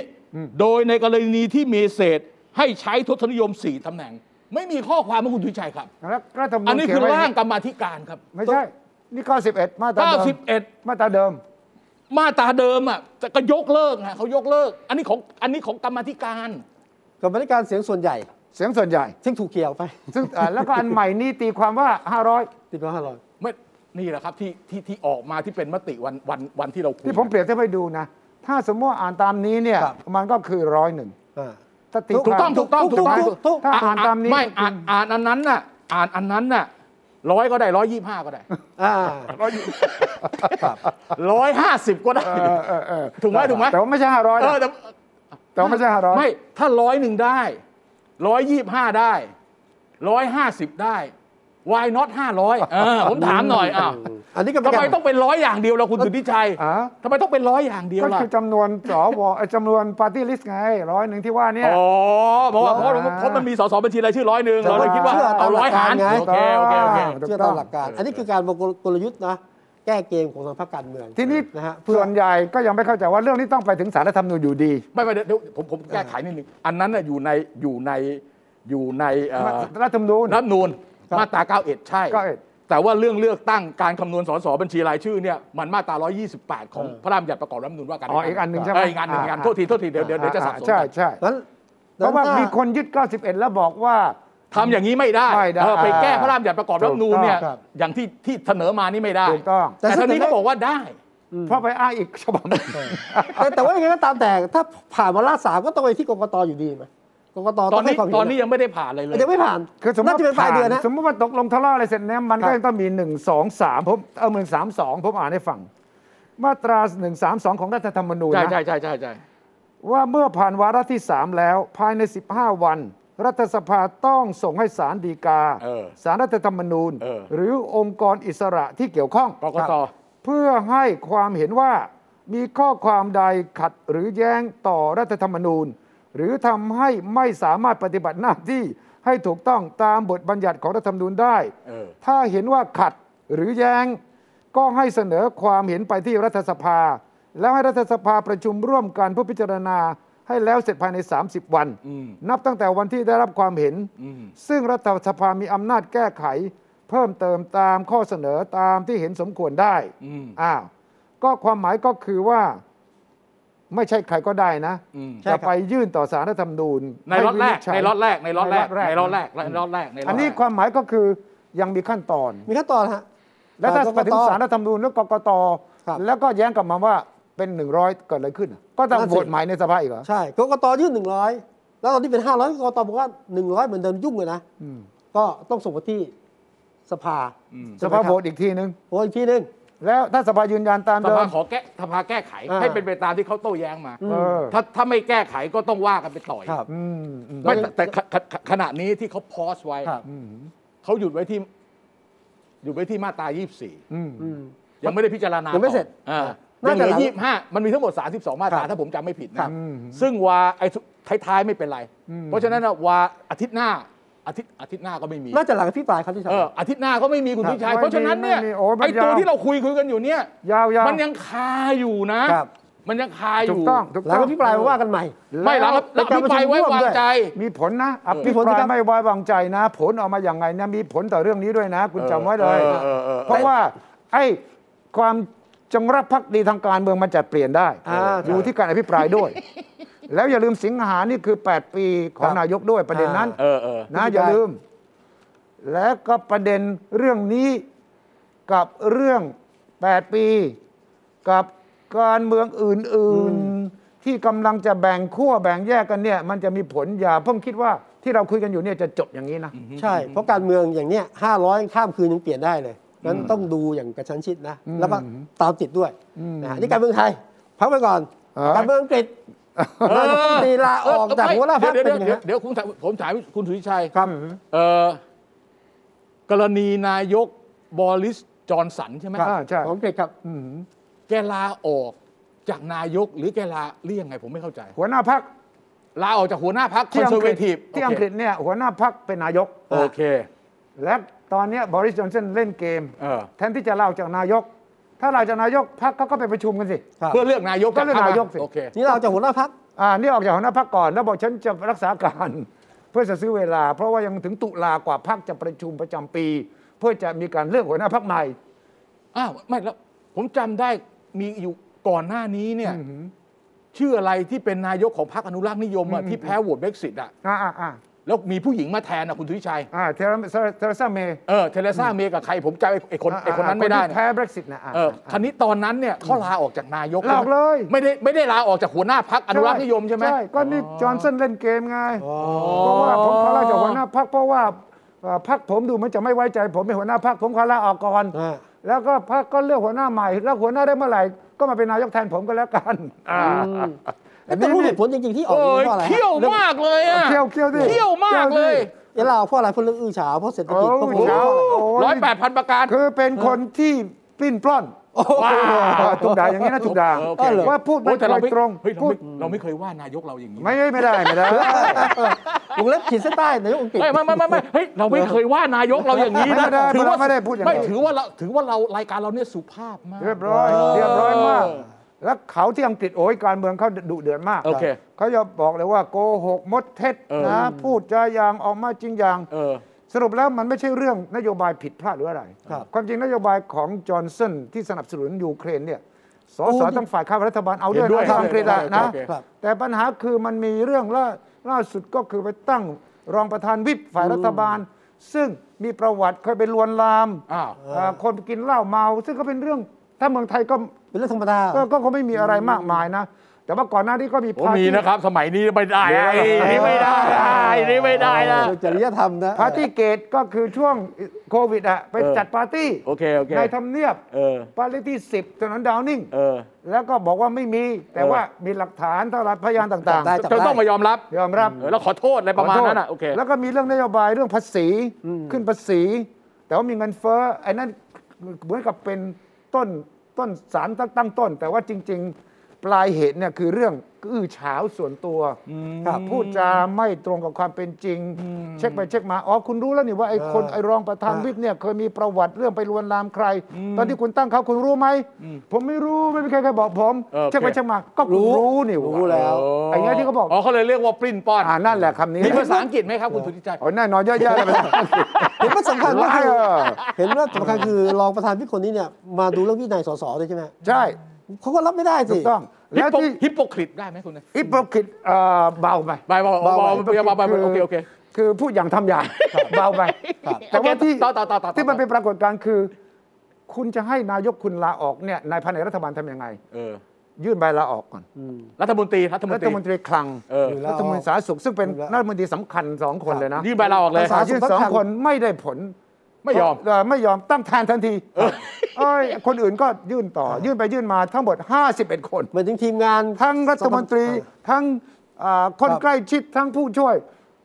โดยในกรณีที่มีเศษให้ใช้ทศนิยมสี่ตำแหน่ง ไม่มีข้อความของคุณทุชัยครับ
แล้วรัฐธรรมนูญ
อันนี้คือ
เขียไว้
ร่างกรรมาธิการครับ
ไม่ใช่ นี่91มาตราเดิม
91
มาตราเดิม
มาตราเดิมอ่ะแต่ก็ยกเลิกฮะเขายกเลิก อันนี้ของอันนี้ของกรรมาธิการ
กรรมธิการเสียงส่วนใหญ่
เสียงส่วนใหญ่
ซึ่งถูกเคลียร์ออกไป
ซึ่งอ่ะแล้วก็อันใหม่นี่ตีความว่า 500
ติดมาห้าร้อย
ไม่ นี่แหละครับที่ที่ที่ออกมาที่เป็นมติวันวันวันที่เราคุย
ที่ผมเปรียบเทียบให้ดูนะ ถ้าสมมติว่าอ่านตามนี้เนี่ย
ครับ
มันก็คือร้อยหนึ่ง
อ่า
ถ้าตี
ถูกต้อง
ความ
ถูกต้องถูกต้อง
ถูกต้องถ้าอ่านตามนี้
ไม่อ่านอ่านอันนั้นน่ะอ่านอันนั้นน่ะร้อยก็ได้ร้อยยี่ห้าก็ได้
อ่า
ร้อยร้อยห้าสิบก็ได้
เออเออเออ
ถูกไหมถูกไหม
แต่ว่าไม่ใช่ห้าร้อย
เออแต่
แต่ว่าไม่ใช่ห้าร้อย
ไม่ ถ้าร้อยหนึ่งได้ร้อยยี่ห้าได้ร้อยห้าสิบได้ why not ห้าร้อยผมถามหน่อยอ้าว
อันนี้ก็เป็น
ทำไมต้องเป็นร้อยอย่างเดียวล่ะคุณสุทธิชัย
อ่า
ทำไมต้องเป็นร้อยอย่างเดียว
ก็
ล่ะ
คือจำนวนสวเอ่อจำนวนปาร์ตี้ลิสต์ไงร้อยหนึ่งที่ว่าเนี่ย
อ๋อเพราะว่าเพราะ
อ่า
เพราะมันมีสสบัญชีรายชื่อร้อยหนึ่ง
แต่
เรา
ว่า
เลยคิดว่า
เชื่อ
เอาร้อยหาร
ตามหลักการไง
โอเคโอเคโอเค
อ่า
เชื่อตามหลักการ อันนี้คือการวางกลยุทธ์นะแก้เกมของทางพรรคการเมือง
ทีนี้
นะฮะเพื่อ
ส่วนใหญ่ก็ยังไม่เข้าใจว่าเรื่องนี้ต้องไปถึงสารรัฐธรรมนูญอยู่ดี
ไม่ไม่เดี๋ยวเดี๋ยวผมผมแก้ไขนิดนึงอันนั้นน่ะอยู่ในอยู่ในอยู่ในเอ่อ
รัฐธรรมนูญ
รัฐธรรมนูน
ครับ
มาตรา91 ใช่
91
แต่ว่าเรื่องเลือกตั้งการคำนวณสสบัญชีรายชื่อเนี่ยมันมาตรา 128 ของ
เออ
พระราชบัญญัติประกอบรัฐธรรมนูญว่าการ
อ๋ออีกอันหนึ่งใช่ไหม
เอีกอันหนึ่งอีกอันโทษทีโทษทีเดี๋ยวเดี๋ยวเดี๋ยวจะสับสน
ใช่ใช่
นั้น
เพราะว่ามีคนยึด 91 แล้วบอกว่า
ทำอย่างนี้ไม่ได้
ไม่ได้
เออไปแก้พระราชบัญญัติประกอบรัฐธรรมนูญเนี่ย
ถูกต้องครับ
อย่างที่ที่เสนอมานี่ไม่ได้
ถูกต้อง
แต่ท่านนี้เขาบอกว่าได้
เพราะไปอ้างอีกฉบับหนึ่ง
แต่แต่ว่ายังไงก็ตามแต่ถ้าผ่านวาระสามก็ต้องไปที่กกตอยู่ดีไหมกกต
ต
ต้
อ
อน ง
นี้
ให้ความเห็
ตอนนี้ยังไม่ได้ผ่านเลยเลย
ยังไม่ผ่าน
คือสมม
น่า
ติ
จะเป็นปลายเดือนนะ
สมมติว่าตกลงทะเลาะอะไรเสร็จแล้วมัน
ครั
ก็
บ
ยังต้องมีหนึ่งสองสามผมเอาหนึ่งสามสองผมอ่านให้ฟัง มาตราหนึ่งสามสองของรัฐธรรมนูญ
ใช่
นะ
ใช่ใช่ใช่ใช่
ว่าเมื่อผ่านวาระที่ 3 แล้วภายใน 15 วัน รัฐสภาต้องส่งให้ศาลฎีกา
เออ
ศาลรัฐธรรมนูญ
เออ
หรือองค์กรอิสระที่เกี่ยวข้อง
กกต
เพื่อให้ความเห็นว่ามีข้อความใดขัดหรือแย้งต่อรัฐธรรมนูญ หรือทำให้ไม่สามารถปฏิบัติหน้าที่ให้ถูกต้องตามบทบัญญัติของรัฐธรรมนูญได้
เออ
ถ้าเห็นว่าขัดหรือแย้ง ก็ให้เสนอความเห็นไปที่รัฐสภา แล้วให้รัฐสภาประชุมร่วมกันเพื่อพิจารณาให้แล้วเสร็จภายใน 30 วัน
อืม
นับตั้งแต่วันที่ได้รับความเห็น
อืม
ซึ่งรัฐสภามีอำนาจแก้ไข เพิ่มเติมตามข้อเสนอตามที่เห็นสมควรได้
อืม
อ้าวก็ความหมายก็คือว่า ไม่ใช่ใครก็ได้นะ
อืม
ใช่ครั
จะ
บ
ไปยื่นต่อสารรัฐธรรมนูญ
ในล็อตแรกใน
ห้วิจฉัย
ล็อตแรกในล็อตแรกใน
ใน
ล็
ล็
อ
อ
ต
ต
แร
แร
ก
ก
ในล็อตแรกในล็อตแรก
อันนี้ความหมายก็คือยังมีขั้นตอน
มีขั้นตอนฮะ
แล้วถ้าไปถึงสารรัฐธรรมนูญแล้วกกต
ครับ
แล้วก็แย้งกลับมาว่าเป็น 100 เกิดอะไรขึ้นอ่ะก็ต้อง
นั่นสิ
โหวตใหม่ในสภาอีกเหรอ
ใช่กกตยื่นหนึ่งร้อยแล้วตอนนี้เป็นห้าร้อยกกตบอกว่าหนึ่งร้อยเหมือนเดิมยุ่งเลยนะ
อืม
ก็ต้องส่งไปที่สภา
สภาโหวตอีกทีนึง
โอ้ยอีกทีหนึง
แล้วถ้าสภายืนยันตาม
ส
เดิ
ภาม ขอแก้สภาแก้ไข
อ่า
ให้เป็นไปตามที่เขาโต้แย้งมา
เออ
ถ้าถ้าไม่แก้ไขก็ต้องว่ากันไปต่อย
ครับ
อืมอืม
ไม่แต่แต่ขขขขณะนี้ที่เขาพอสไว้
ครับ
อืม
เขาหยุดไว้ที่หยุดไว้ที่มาตรา 24
อืม
อืม
ยังไม่ได้พิจารณา
ยั
ยัง
ไม่เสร็จน่า
ยังเห
จะห
ลือ
ลัง
25 มันมีทั้งหมด 32 มาตรา
ครับ
ถ้าผมจำไม่ผิด
ครั
นะ
บ
ซึ่งวาไอ้สุท้ายๆไม่เป็นไร เพราะฉะนั้นน่ะวาอาทิตย์หน้าอาทิตย์อาทิตย์หน้าก็ไม่มี
น่าจะหลังพี่ปลายครับที่ชา
เอออาทิตย์หน้าก็ไม่มีคุณพิชัย เพราะฉะนั้นเนี่ยไอ้ตัวที่เราคุยคุยกันอยู่เนี่ย
ยาวๆ
มันยังคาอยู่นะ
ครับ
มันยังคาอ
ถู
ยู่
กต้องถูก
หลั
ต้องง
พี่ปลายมาว่ากันใหม่
ไม่หลังแล้วแล้วอภิปรายไว้วางใจ
มีผลนะอ
มี
ภิ
ผล
ป
สิ
ราย
ครับ
ไม่ไว้วางใจนะ ผลออกมาอย่างไงเนะมีผลต่อเรื่องนี้ด้วยนะ คุณ
เออ
จำไว้เลย
เออเออเออ
เพราะว่าไอ้ความจงรักภักดีทางการเมืองมันจะเปลี่ยนได้
อ่า
อยู่ที่การอภิปรายด้วย แล้วอย่าลืมสิงหานี่คือ 8 ปีขอ
ค
ง
รับ
นายกด้วยประเด็นนั้น
เออเออ
นะ
พิจารณา
อย่าลืม และก็ประเด็นเรื่องนี้กับเรื่อง 8 ปี กับการเมืองอื่น ๆ ที่กำลังจะแบ่งขั้วแบ่งแยกกันเนี่ย มันจะมีผลอย่าเพิ่งคิดว่าที่เราคุยกันอยู่เนี่ยจะจบอย่างนี้นะ
ใช่ เพราะการเมืองอย่างเนี้ยห้าร้อยข้ามคืนยังเปลี่ยนได้เลยนั้นต้องดูอย่างกระชั้นชิดนะ แล้วก็ตามติดด้วยนะฮะนี่การเมืองไทย พักไปก่อน
เออ
การเมืองอังกฤษ
เอ
เรา
อ
จะต้องตีลาออกจากหัวหน้าพรรค
เดี๋ยว
เป็นยังไง
เดี๋ยว
ฮะ
เดี๋ยวผมถามผมถามคุณสุวิชัย
ครับ
เอ่อกรณีนายกบอริสจอห์นสันใช่ไหม
ครับ
อ่าใช่
ของอังกฤษครับ
อืม
แกลาออกจากนายกหรือแกลาเรียกไงผมไม่เข้าใจ
หัวหน้าพัก
ลาออกจากหัวหน้าพรรคคอนเซอร์เวทีฟ
ที่อังกฤษเนี่ยหัวหน้าพักเป็นนายก
โอเค
และตอนเนี้บริสจอนสันเล่นเกม
เออ
แทนที่จะลาออกจากนายก ถ้าลาออกจากนายกพักเขาก็ไปประชุมกันสิ
ครับ
เพื่อเลือกนายก
ก็เลือกนายกสิ
โอเค
นี่เราจะหัวหน้าพรรค
อ่านี่ออกจากหัวหน้าพักก่อน แล้วบอกฉันจะรักษาการ เพื่อจะซื้อเวลา เพราะว่ายังถึงตุลากว่าพักจะประชุมประจำปี เพื่อจะมีการเลือกหัวหน้าพักใหม่
อ้าวไม่แล้วผมจำได้มีอยู่ก่อนหน้านี้เนี่ยชื่ออะไรที่เป็นนายกของพรรคอนุรักษ์นิยมอะที่แพ้โหวตเบรกซิตอ่ะ
อ่าอ่าอ่า
แล้วมีผู้หญิงมาแทนนะคุณทวิชัย
อ่าเทเรซาเทเรซาเมย์
เออเทเลซ่าเมย์กับใครผมจำไอ้ไอ้คนไอ้คนนั้นไม่ได้
ที่
นะ
แพ้เบรกซิตนะอ่า
เออ
อ่า
คันนี้ตอนนั้นเนี่ยเขาลาออกจากนายก
ลาออกเลย
ไม่ได้ไม่ได้ลาออกจากหัวหน้าพักอนุรักษ์นิยมใช่ไหม
ใช่ ก็นี่จอห์นสันเล่นเกมไง
อ๋อ
เพราะว่าผมขอลาจากหัวหน้าพักเพราะว่าเอ่อพักผมดูเหมันจะไม่ไว้ใจ ผมเป็นหัวหน้าพักผมขอลาออกก่อน
อ่า
แล้วก็พักก็เลือกหัวหน้าใหม่ แล้วหัวหน้าได้เมื่อไหร่ ก็มาเป็นนายกแทนผมก็แล้วกันอ่า
แล้วต้องรู้เหตุผลจริงๆที่ออก
โอ้ย
เพราะอะไรฮะ
เขี้ยวมากเลยอะ
เที่ยวเที่ยวดิ
เขี้ยวมากเลย
เดี๋ยวเราเอาเพราะอะไรเพราะเรื่องอื้อฉาวเพราะเศรษฐ
โอ้
กิจเพราะโค
ย
วิด
เช้าโอ้
ร้อยแปดพันประการ
คือเป็นคนที่ปลิ้นปล้อน
ว้าว
ถูกด่าอย่างนี้นะถูกด่า
เออโอเค
ว่าพูดไม่
โอ้ยแต่เรา
ตรง
เฮ้ยเรา
พูด
ไม่เราไม่เคยว่านายกเราอย่างนี้
ไม่ไม่ได้ไม่ได้
วงเล็บขีดเส้นใต้นายกอังกฤษ
เอ้ยไม่ไม่ไม่ไม่เฮ้ยเราไม่เคยว่านายกเราอย่างนี้นะ
ไม่ได้
ถืว่า
ไม่ได้พูดอย่างนั้น
ไม่ถือว่าเราถือว่าเรารายการเราเนี่ยสุภาพมาก
เรียบร้อย
เออ
เรียบร้อยมาก แล้วเขาที่อังกฤษโอ้ยการเมืองเขาดุเดือดมาก
โอเค
เขาจะบอกเลยว่าโกหกมดเท็จ
เออ
นะพูดจาอย่างออกมาจริงอย่าง
เออ
สรุปแล้วมันไม่ใช่เรื่องนโยบายผิดพลาดหรืออะไร
ครับ
ความจริงนโยบายของจอห์นสันที่สนับสนุนยูเครนเนี่ยส
โอ้
ส
ย
ทั้งฝ่ายค้านและรัฐบาลเอา
เห็
ด้วย
นด้วย
นะทางอังกฤษอะ
เห็นด้วย
นะ
โอเคโอเค
ครับ
แต่ปัญหาคือมันมีเรื่องล่าล่าสุดก็คือไปตั้งรองประธานวิปฝ่ายรัฐบาล ซึ่งมีประวัติเคยไปลวนลาม
อ้าว
อ่าคนกินเหล้าเมา ซึ่งก็เป็นเรื่องถ้าเมืองไทยก็
เป็นเรื่องธรรมดา
ก็ก็คงไม่มีอะไรมากมายนะ แต่ว่าก่อนหน้านี้ก็มี
โอ้
พาร์
มี
ตี้
นะครับ สมัยนี้ไม่ได้ไอ้นี่ไม่ได้ไอ้นี่ไม่ได้นะ
เรื่องจริยธรรมนะ
พาร์ตี้เกตก็คือช่วงโควิดอ่ะไป
เออ
จัดปาร์ตี้
โอเค โอเค
ในทำเนียบ
เออ
ปาร์ตี้ที่สิบถนนดาวนิ่ง
เออ
แล้วก็บอกว่าไม่มี แต่
เออ
ว่ามีหลักฐานเท่าไหรพยานต่าง
ได้
จะต้องมายอมรับ
ๆ ยอมรับ
เออแล้วขอโทษอะไรประมาณนั้นอ่ะ
ข
โอเค
แล้วก็มีเรื่องนโยบายเรื่องภาษีขึ้นภาษี แต่ว่ามีเงินเฟ้อไอ้นั่นเหมือนกับเป็นต้นต้นสารตั้งต้น แต่ว่าจริง ๆ ปลายเหตุเนี่ยคือเรื่องอื้อฉาวส่วนตัวครับพูดจาไม่ตรงกับความเป็นจริง เช็คไปเช็คมาอ๋อคุณรู้แล้วนี่ว่าไอ้คน
เออ
ไอ้รองประธาน
อ่ะ
วิปเนี่ยเคยมีประวัติเรื่องไปลวนลามใคร ตอนที่คุณตั้งเขาคุณรู้ไหมผมไม่รู้ไม่มีใครเคยบอกผม
เออโอเค
เช็คไปเช็คมา ก็คุณรู้นี่หว่า
รู้แล้ว
ไอ้เงี้ยที่เขาบอก
อ๋อเขาเลยเรียกว่าปริ้นป้อน
อ่านั่นแหละคำนี้
มีภาษาอังกฤษไหมครับ คุณทุติจัย
โอ้ยแน่นอนเยอะแยะเลย
เห็นว่าสำคัญมาก
ว้าย
คือ
เออ
เห็นว่าสำคัญคือรองประธานพิคนนี้เนี่ยมาดูเรื่องวินัยสสด้วยใช่ไหม
ใช่
เขาก็รับไม่ได้สิ
ถูกต้อง
ฮิป
แล้ว
โป
ที่
ฮิปโปคลิตได้ไหมคุณเนี่ย
อิปโปคิดเอ่อเบาไป
บายบายบายบายบายโอเคโอเค
คือพูดอย่างทำอย่างเบาไป
ครับ
แต่ว่าที่
ต่อต่อต่อต่อต่อ
ที่มันเป็นปรากฏการณ์คือ คุณจะให้นายกคุณลาออกเนี่ยนายภายในรัฐบาลทำยังไง
เออ
ยื่นใบลาออกก่อน
อืม
รัฐมนตรี รัฐมน
รั
ต
ฐ
รี
มนตรีคลัง
เออ
ยู่แล้ว
รัฐมนตรีสาธารณสุขซึ่งเป็น
อยู่แล้ว
รัฐมนตรีสำคัญสองคนเลยนะ
ยื่นใบลาออกเลย
สาธารณสุขสองคนไม่ได้ผล
ไม่ยอม
เไม่ยอมตั้งแทนทันทีเอ้ยคนอื่นก็ยื่นต่อ ยื่นไปยื่นมาทั้งหมด 51 คน
เหมือนถึงทีมงาน
ทั้งรัฐมนตรีทั้งอ่าคน
ครับ
ใกล้ชิดทั้งผู้ช่วย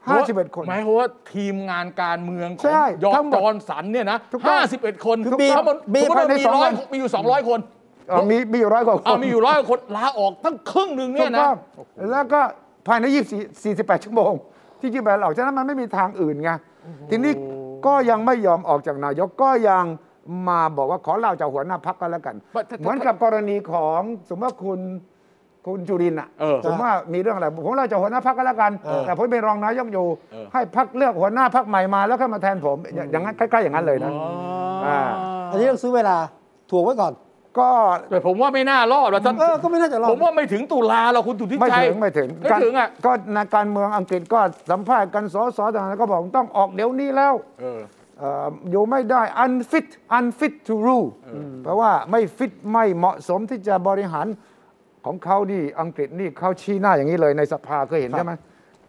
51 คน
หมายความว่าทีมงานการเมืองข
ใช่
องยอ
ทั้
ร์ก
งหมด
จอห์นสันเนี่ยนะ
ถูกต้อง
51 คน
คือมี
ทั้งหมด
มี
สมมติ
ภายใน
มี
สอง
ร้อ
วั
ย
น
มีอยู่ 200 คน
เอ่อมีมีอยู่ร้อยกว่าคน
เอามีอยู่ร้อยคนลาออกตั้งครึ่งหนึ่งเนี่ย
ถูก
นะ
ต้องแล้วก็ภายใน 24 48 ชั่วโมง ที่ยื่นไปออกฉะนั้นมันไม่มีทางอื่นไงทีนี้ก็ยังไม่ยอมออกจากนายกก็ยังมาบอกว่าขอลาออกจากหัวหน้าพักก็แล้วกัน
But ถ้า
เหมือนกับกรณีของสมมติว่าคุณคุณจุรินทร์อะ
เออ
ผมว่ามีเรื่องอะไรผมลาออกจากหัวหน้าพักก็แล้วกัน
เออ
แต่ผมเป็นรองนายกอยู่
เออ
ให้พักเลือกหัวหน้าพักใหม่มาแล้วก็มาแทนผมอย่างอย่างนั้นใกล้ๆอย่างนั้นเลยนะา
อันนี้ต้องซื้อเวลาถ่วงไว้ก่อน
ก็
แต่ผมว่าไม่น่ารอดหรอกท่าน
เออ ก็ไม่น่าจะรอด
ผมว่าไม่ถึงตุลาหรอกคุณสุทธิ
ไม่
ชัย
ถึงไม่ถึง
ไม่ถึงอ่ะ
ก็นักการเมืองอังกฤษก็สัมภาษณ์กันสสต่างๆก็บอกต้องออกเดี๋ยวนี้แล้ว
เออ
เอ่ออยู่ไม่ได้ unfit unfit to rule เพราะว่าไม่ฟิตไม่เหมาะสมที่จะบริหารของเขานี่อังกฤษนี่เขาชี้หน้าอย่างนี้เลยในสภาเคยเห็นใช่ไหม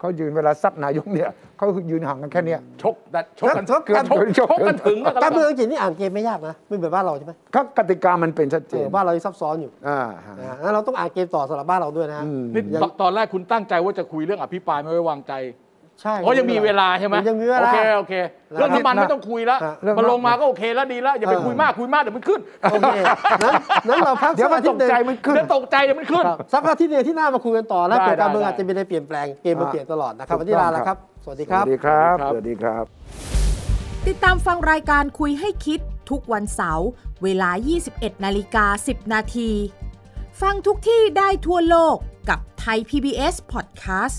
เขายืนเวลาซักนายกเนี่ยเขายืนห่างกันแค่เนี้ย
ชกดันชกกัน
ชกกัน
ชกชกกันถึงแล้ว
การเมืองอังกฤษนี่อ่านเกมไม่ยากนะ ไม่เหมือนบ้านเราใช่ไหม
ก็กติกามันเป็นชัดเจ
เอน อบ้านเรายังซับซ้อนอยู่
อ่าฮะ
นะฮะงั้นเราต้องอ่านเกมต่อสำหรับบ้านเราด้วยนะฮะ
นี่
ยัง
ตอนตอนแรกคุณตั้งใจว่าจะคุยเรื่องอภิปรายไม่ไว้วางใจ
ใช่
เพราะยังมีเวลาใช่ไหม
ยังมีเวลา
โอเคโอเคเรื่องน้ำมัน
นะ
ไม่ต้องคุยแล้ว
ฮะ
มันลงมาก็โอเคแล้วดีแล้วอย่าไป
เออ
คุยมากคุยมากเดี๋ยวมันขึ้น
โอเคนั้นนั้นเราพัก
เดี๋ยวมั
สั
น
อาทิหง
ตกใจมัน ขึ้
เดี๋ยวตกใจเดี๋ยวมันขึ้น
ครับสักอาทิตย์หนึงอาที่หน้ามาคุยกันต่อแล้ว
ได้
เกิดการเมือง
ได้
อาจจะมีอะไรเปลี่ยนแปลงเกมมันเปลี่ยนตลอดนะครับวันนี้ลาแล้วครับ สวัสดีค
ส
รั
วั
บ
สดีครับ
ครับ
สวัสดีครับ
ติดตามฟังรายการคุยให้คิดทุกวันเสาร์เวลา 21 นาฬิกา 10 นาที ฟังทุกที่ได้ทั่วโลกกับไทย PBS Podcast